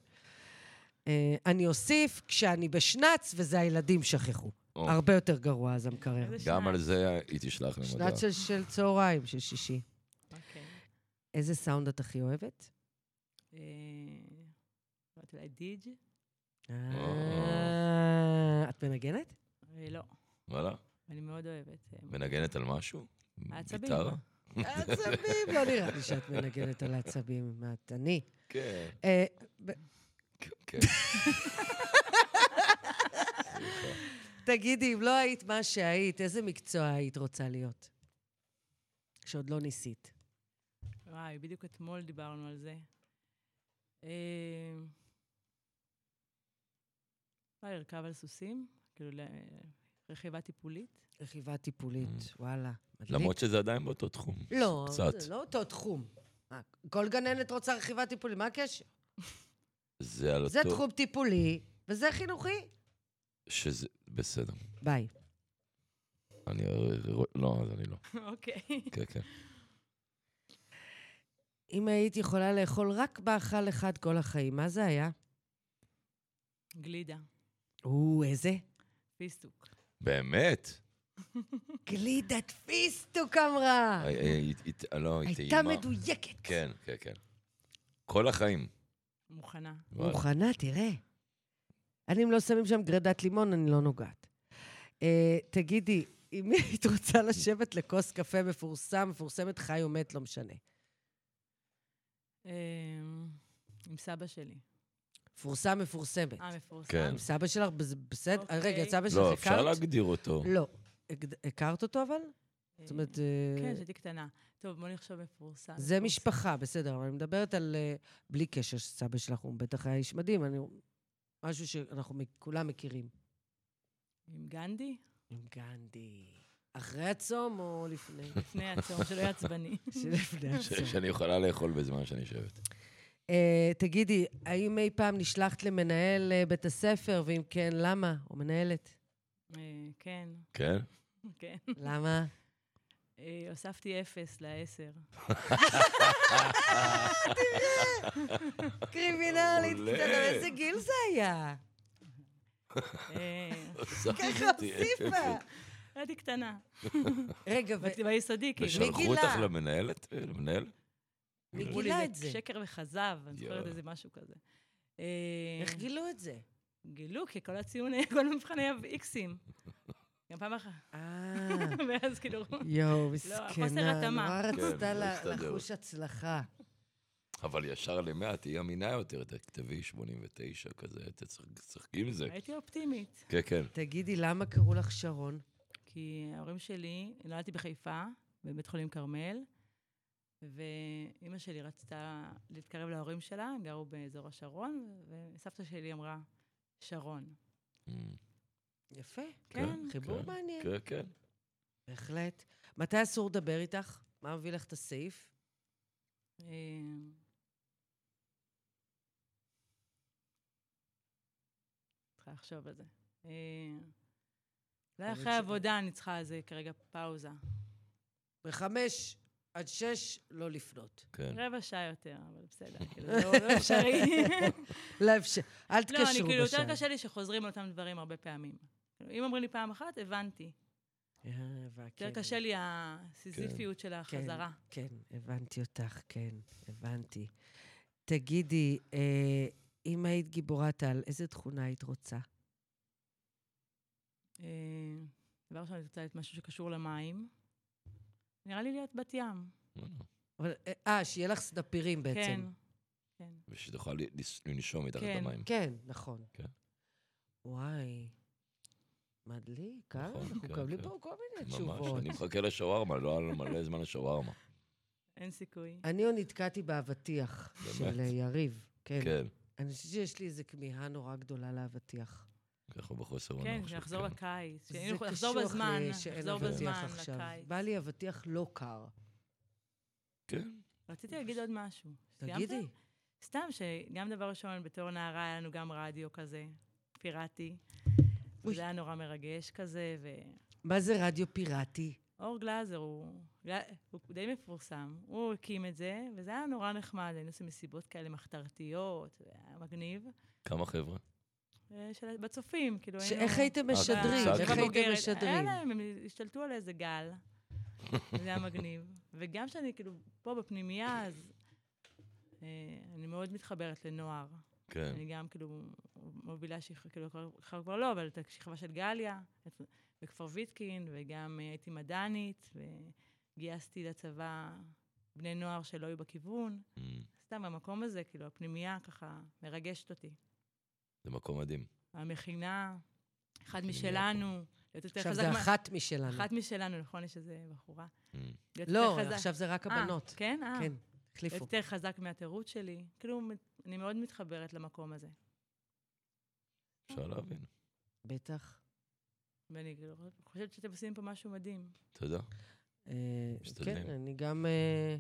אה, אני אוסיף, כשאני בשנץ וזה הילדים שכחו. או. הרבה יותר גרוע אז המקרר. איזה גם שנץ. על זה היא תשלח למדע. שנץ של- של צהריים, של שישי. אוקיי. איזה סאונד את הכי אוהבת? אה, לא יודעת, אולי דיג'? אה, את מנגנת? אה, לא, וואלה? אני מאוד אוהבת. אה, מנגנת על משהו? העצבים. גיטרה? עצבים, לא נראה לי שאת מנגנת על העצבים. מה, את אני? כן, אה, ב- כן. תגידי, אם לא היית מה שהיית, איזה מקצוע היית רוצה להיות? שעוד לא ניסית. וואי, בדיוק אתמול דיברנו על זה. אה, אולי לרכב על סוסים? כאילו, ל- רכיבה טיפולית? רכיבה טיפולית, וואלה. מדליק. Mm. למרות שזה עדיין באותו תחום. לא, קצת. זה לא אותו תחום. מה, כל גננת רוצה רכיבה טיפולית, מה הקשר? זה על זה אותו... תחום טיפולי וזה חינוכי. שזה... בסדר. ביי. אני... לא, אז אני לא. אוקיי. כן, כן. אם היית יכולה לאכול רק מאכל אחד כל החיים, מה זה היה? גלידה, או, איזה? פיסטוק. באמת? גלידת פיסטוק אמרה. אה, אה, היא- היא- לא, היא הייתה טעימה. מדויקת. כן, כן, כן. כל החיים. מוכנה. וואלה. מוכנה, תראה. אני, אם לא שמים שם גרדת לימון, אני לא נוגעת. אה, תגידי, אם היית רוצה לשבת לכוס קפה מפורסם, מפורסמת חי או מת, לא משנה. אה, עם סבא שלי. מפורסם, מפורסמת. אה, מפורסם. כן. עם סבא שלך, בז- בסדר? אה, אוקיי. רגע, את סבא שלך לא, הכרת? אפשר להגדיר אותו. לא. הגד- הכרת אותו אבל? אה, זאת אומרת... אה, כן, כשהייתי קטנה. טוב, בוא נחשוב מפורסם. זה מפורסם. משפחה, בסדר, אבל אני מדברת על... אה, בלי קשר, סבא שלך הוא בטח היה איש מדהים, אני... משהו שאנחנו מ- כולם מכירים. עם גנדי? עם גנדי. אחרי הצום או לפני? לפני הצום, שלא יהיה עצבני. שלפני ש- הצום. שאני יכולה לאכול בזמן שאני יושבת. אה, תגידי, האם אי פעם נשלחת למנהל אה, בית הספר, ואם כן, למה? או מנהלת? אה, כן, כן? כן. למה? אה, הוספתי אפס לעשר. קרימינלית, מעולה. קטנה, איזה גיל זה היה? אה, ככה הוספתי הוסיפה. אפס. הייתי קטנה. רגע, ו- ב- ביסודי, כאילו. מי ושלחו גילה? אותך למנהלת? אה, למנהל? מי אמרו לי, גילה את זה? שקר וכזב, אני יואו. זוכרת איזה משהו כזה. אה, איך גילו את זה? גילו? כי כל הציון היה, כל המבחן היה איקסים. גם פעם אחת. אה, ואז כאילו, יואו, חוסר מסכנה, התאמה. נורא כן, רצתה לא לה- הסתדר. לחוש הצלחה. אבל ישר למאה, תהיי אמינה יותר, תכתבי 89 כזה, תשחקי עם זה. הייתי אופטימית. כן, כן. תגידי, למה קראו לך שרון? כי ההורים שלי, נולדתי בחיפה, בבית חולים כרמל, ואימא שלי רצתה להתקרב להורים שלה, הם גרו באזור השרון, וסבתא שלי אמרה, שרון. יפה, כן, חיבור מעניין. Mm, כן, כן. בהחלט. מתי אסור לדבר איתך? מה מביא לך את הסעיף? אמ, צריכה לחשוב על זה. אמ, אולי דברים אחרי ש- העבודה אני צריכה איזה כרגע פאוזה. בחמש עד שש לא לפנות. כן. רבע שעה יותר, אבל בסדר, כאילו, זה לא לא אפשרי. לא אפשר, אל לא, אני תקשרו כאילו, יותר בשעה. קשה לי שחוזרים על אותם דברים הרבה פעמים. כאילו, אם אומרים לי פעם אחת, הבנתי. אה, והכן. יותר קשה לי הסיזיפיות של החזרה. כן, הבנתי אותך, כן, הבנתי. תגידי, אה, אם היית גיבורת על, איזה תכונה היית רוצה? אמ, דבר ראשון, אני רוצה את משהו שקשור למים. נראה לי להיות בת ים. אבל, אה, אה, שיהיה לך סנפירים בעצם. כן, כן. ושתוכל לס- לנשום מתחת כן. למים. כן, נכון. כן. וואי, מדליק, אה? נכון, אנחנו כן, מקבלים כן. פה כל מיני ממש, תשובות. אני מחכה לשווארמה, לא היה לנו מלא זמן לשווארמה. אין סיכוי. אני עוד נתקעתי באבטיח של אה, יריב. כן. כן. אני חושבת שיש לי איזו כמיהה נורא גדולה לאבטיח. ככה בחוסר עונה. כן, עכשיו, שנחזור כן. לקיץ. לא זה שהיינו- נחזור קשוח בזמן, לי שאין נחזור אבטיח בזמן עכשיו. לקיץ. בא לי אבטיח לא קר. כן. רציתי להגיד עוד משהו. סיימת? תגידי. סתם, שגם דבר ראשון, בתור נערה היה לנו גם רדיו כזה, פיראטי. אוי. זה היה נורא מרגש כזה, מה זה רדיו פיראטי? ואור גלאזר הוא... גל- הוא די מפורסם, הוא הקים את זה, וזה היה נורא נחמד, היינו עושים מסיבות כאלה מחתרתיות, זה היה מגניב, כמה חבר'ה? אה, של- בצופים, כאילו היינו... שאיך הייתם אה, משדרים? קבוצה איך כזאת? הייתם בבוגרת. היה משדרים? להם, הם השתלטו על איזה גל. זה היה מגניב. וגם שאני כאילו פה בפנימייה, אז אה, אני מאוד מתחברת לנוער. כן. אני גם כאילו מובילה, שכ- כאילו כבר- כבר כבר לא, אבל את השכבה של גליה, את- וכפר ויטקין, וגם אה, הייתי מדענית, וגייסתי לצבא בני נוער שלא היו בכיוון. אמ, סתם, המקום הזה, כאילו, הפנימייה ככה מרגשת אותי. זה מקום מדהים. המכינה, אחד הפנימייה פה. משלנו, להיות יותר עכשיו חזק זה מה- אחת משלנו. אחת משלנו, נכון? יש איזה בחורה. אמ, להיות לא, יותר חזק- עכשיו זה רק אה, הבנות. כן? אה. כן, להיות החליפו. יותר חזק מהתירוץ שלי. כאילו, מ- אני מאוד מתחברת למקום הזה. אפשר להבין. בטח. ואני כאילו חושבת שאתם עושים פה משהו מדהים. תודה. אה, משתדלים. כן, אני גם... אה,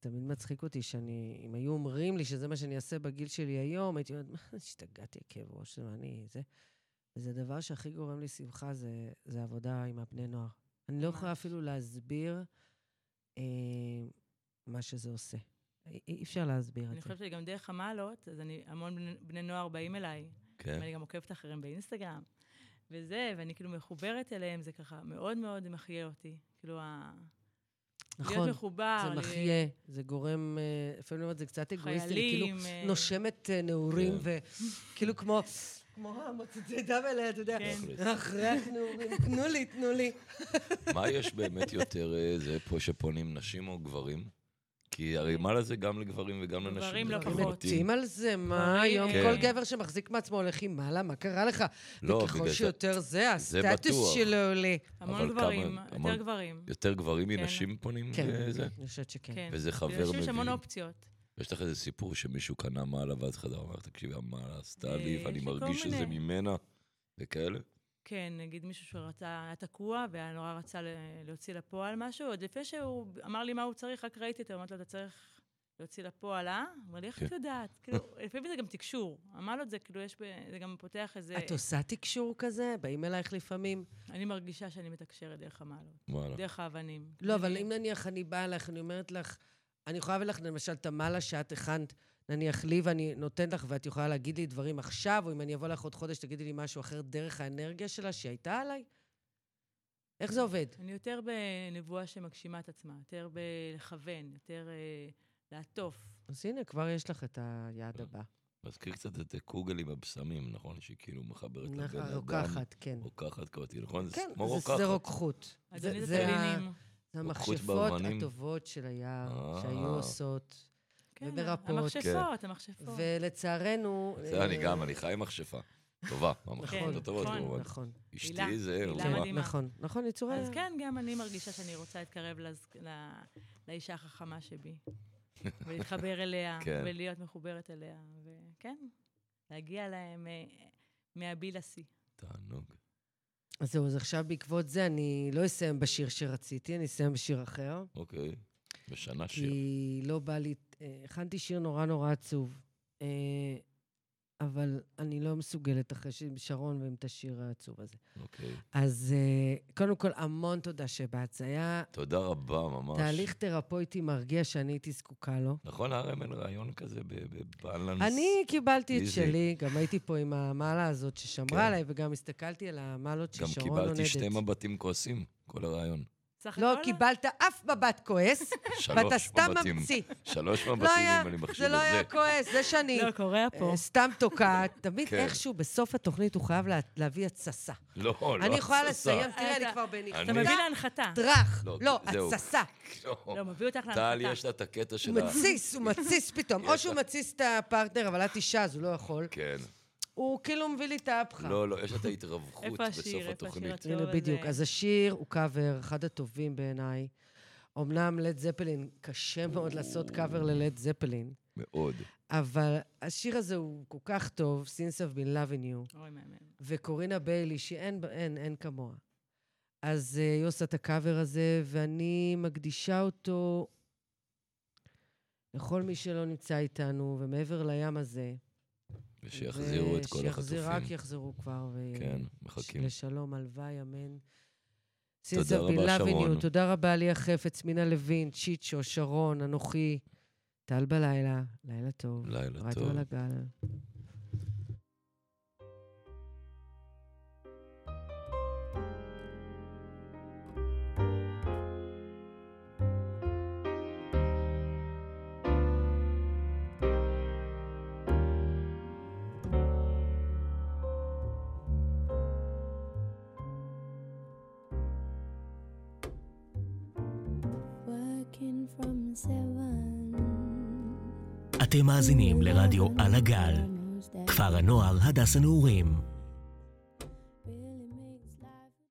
תמיד מצחיק אותי שאני, אם היו אומרים לי שזה מה שאני אעשה בגיל שלי היום, הייתי אומרת, מה, השתגעתי, כאב ראש, מה אני, זה. וזה הדבר שהכי גורם לי שמחה, זה, זה עבודה עם הבני נוער. אני לא יכולה ממש. אפילו להסביר אה, מה שזה עושה. אי, אי אפשר להסביר אני את זה. חושבת שגם דרך המעלות, אז אני, המון בני- בני נוער באים אליי, אוקיי. כן. ואני גם עוקבת אחריהם באינסטגרם, וזה, ואני כאילו מחוברת אליהם, זה ככה מאוד מאוד מחיה אותי. כאילו, ה... נכון, להיות מחובר. זה ל- מחיה, זה גורם, אה, לפעמים אני אומרת, זה קצת אגואיסטי, אני כאילו חיילים, אה, נושמת אה, נעורים, כן. וכאילו כמו, כמו המוצצי דם האלה, אתה יודע, כן. אחרי הנעורים, תנו לי, תנו לי. מה יש באמת יותר אה, זה פה שפונים נשים או גברים? כי הרי מה לזה גם לגברים וגם לנשים. כן. גברים זה לא כאילו פחות. אה, מתאים. מתים על זה, מה אוי, היום כן. כל גבר שמחזיק מעצמו הולך עם מעלה, מה קרה לך? לא, בגלל וככל זה- שיותר זה, זה הסטטוס בטוח. שלו עולה. המון אבל גברים, כמה- המון- יותר גברים. יותר גברים כן. מנשים פונים כן, לזה? אני חושבת שכן. כן. וזה חבר לאנשים יש המון מביא. אופציות. יש לך איזה סיפור שמישהו קנה מעלה ואז חזר ואומר, תקשיבי, המעלה עשתה אה, לי ואני יש לי כל מרגיש שזה מיני. ממנה? וכאלה? כן, נגיד מישהו שרצה, היה תקוע, והיה נורא רצה ל- להוציא לפועל משהו, עוד לפני שהוא אמר לי מה הוא צריך, רק ראיתי אותו, אמרתי לו, אתה צריך להוציא לפועל, אה? אומר לי, איך כן. את יודעת? כאילו, לפעמים זה גם תקשור. המעלות זה כאילו, יש, ב- זה גם פותח איזה... את עושה תקשור כזה? באים אלייך לפעמים. אני מרגישה שאני מתקשרת דרך המעלות, וואלה. דרך האבנים. לא, אבל אני- אם נניח אני באה אלייך, אני אומרת לך, אני יכולה להביא לך למשל את המעלה שאת הכנת, נניח לי, ואני נותנת לך, ואת יכולה להגיד לי דברים עכשיו, או אם אני אבוא לך עוד חודש, תגידי לי משהו אחר דרך האנרגיה שלה שהייתה עליי? איך זה עובד? אני יותר בנבואה שמגשימה את עצמה, יותר בלכוון, יותר אה, לעטוף. אז הנה, כבר יש לך את היעד הבא. מזכיר קצת את קוגל עם הבשמים, נכון? שהיא כאילו מחברת לבן נכון, אדם. רוקחת, כן. רוקחת קראתי, נכון? זה כן, כמו זה- רוקחת. זה רוקחות. זה- אדונית זה ה- התפלינים. זה רוקחות המכשפות באבנים? הטובות של היער, אה. שהיו עושות. כן, ומרפאות. המכשפות, המכשפות. ולצערנו... זה אני אה, גם, אני חי עם מכשפה. טובה, המכשפות נכון, הטובות נכון. כמובן. נכון. הילה, אשתי זה, הילה מה? כן, מדהימה. נכון, נכון, היא צורה... אז כן, גם אני מרגישה שאני רוצה להתקרב לז- ל- לאישה החכמה שבי, ולהתחבר אליה, כן. ולהיות מחוברת אליה, וכן, להגיע להם אה, מהבי לשיא. תענוג. אז זהו, אז עכשיו בעקבות זה אני לא אסיים בשיר שרציתי, אני אסיים בשיר אחר. אוקיי. בשנה שיר. כי לא בא לי... אה, הכנתי שיר נורא נורא עצוב, אה, אבל אני לא מסוגלת אחרי שעם שרון ועם את השיר העצוב הזה. אוקיי. אז אה, קודם כל, המון תודה שבאת. זה היה תודה רבה, ממש. תהליך תרפויטי מרגיע שאני הייתי זקוקה לו. נכון, הרם אין רעיון כזה ב- ב- באלנס? אני קיבלתי את איזי. שלי, גם הייתי פה עם המעלה הזאת כן. ששמרה עליי, וגם הסתכלתי על המעלות גם ששרון עונדת. קיבלתי שתי מבטים כועסים, כל הרעיון. סך לא הכל, קיבלת אף מבט כועס, ואתה שלוש סתם מבטים. ממציא. שלוש מבטים, לא היה, אם אני מחשיב את זה לא היה כועס, זה שאני לא, קורע אה, פה. סתם תוקעת. תמיד כן. איכשהו בסוף התוכנית הוא חייב לה- להביא התססה. לא, לא אני יכולה התססה. לסיים, תראה, אני אתה- כבר אתה בנכתב. אני- מביא להנחתה. דרך, לא, לא, זהו. התססה. לא. לא, מביא אותך טל, להנחתה. יש לה את הקטע הוא של ה... מתסיס, הוא מתסיס פתאום. יש או שהוא לה- מתסיס את הפרטנר, אבל את אישה, אז הוא לא יכול. כן. הוא כאילו מביא לי את האפחה. לא, לא, יש לה את ההתרווחות איפה השיר? בסוף איפה השיר התוכנית. עצמו? הנה, אבל כאילו, זה- בדיוק. אז השיר הוא קאבר, אחד הטובים בעיניי. אמנם לד זפלין, קשה מאוד לעשות קאבר ללד זפלין, מאוד. אבל השיר הזה הוא כל כך טוב, Since I've been loving you, אוי, מהמם. וקורינה ביילי, שאין, ב- אין, אין כמוה. אז אה, היא עושה את הקאבר הזה, ואני מקדישה אותו לכל מי שלא נמצא איתנו, ומעבר לים הזה. ושיחזירו את כל ושיחזיר- רק החטופים. יחזרו כבר. ו... כן, מחכים. לשלום, הלוואי, אמן. תודה רבה, שרון. תודה רבה לי החפץ, מינה לוין, צ'יצ'ו, שרון, אנוכי, טל בלילה, לילה טוב. לילה רדיו טוב. על הגל. Working from seven. אתם מאזינים לרדיו על הגל, כפר הנוער הדס הנעורים.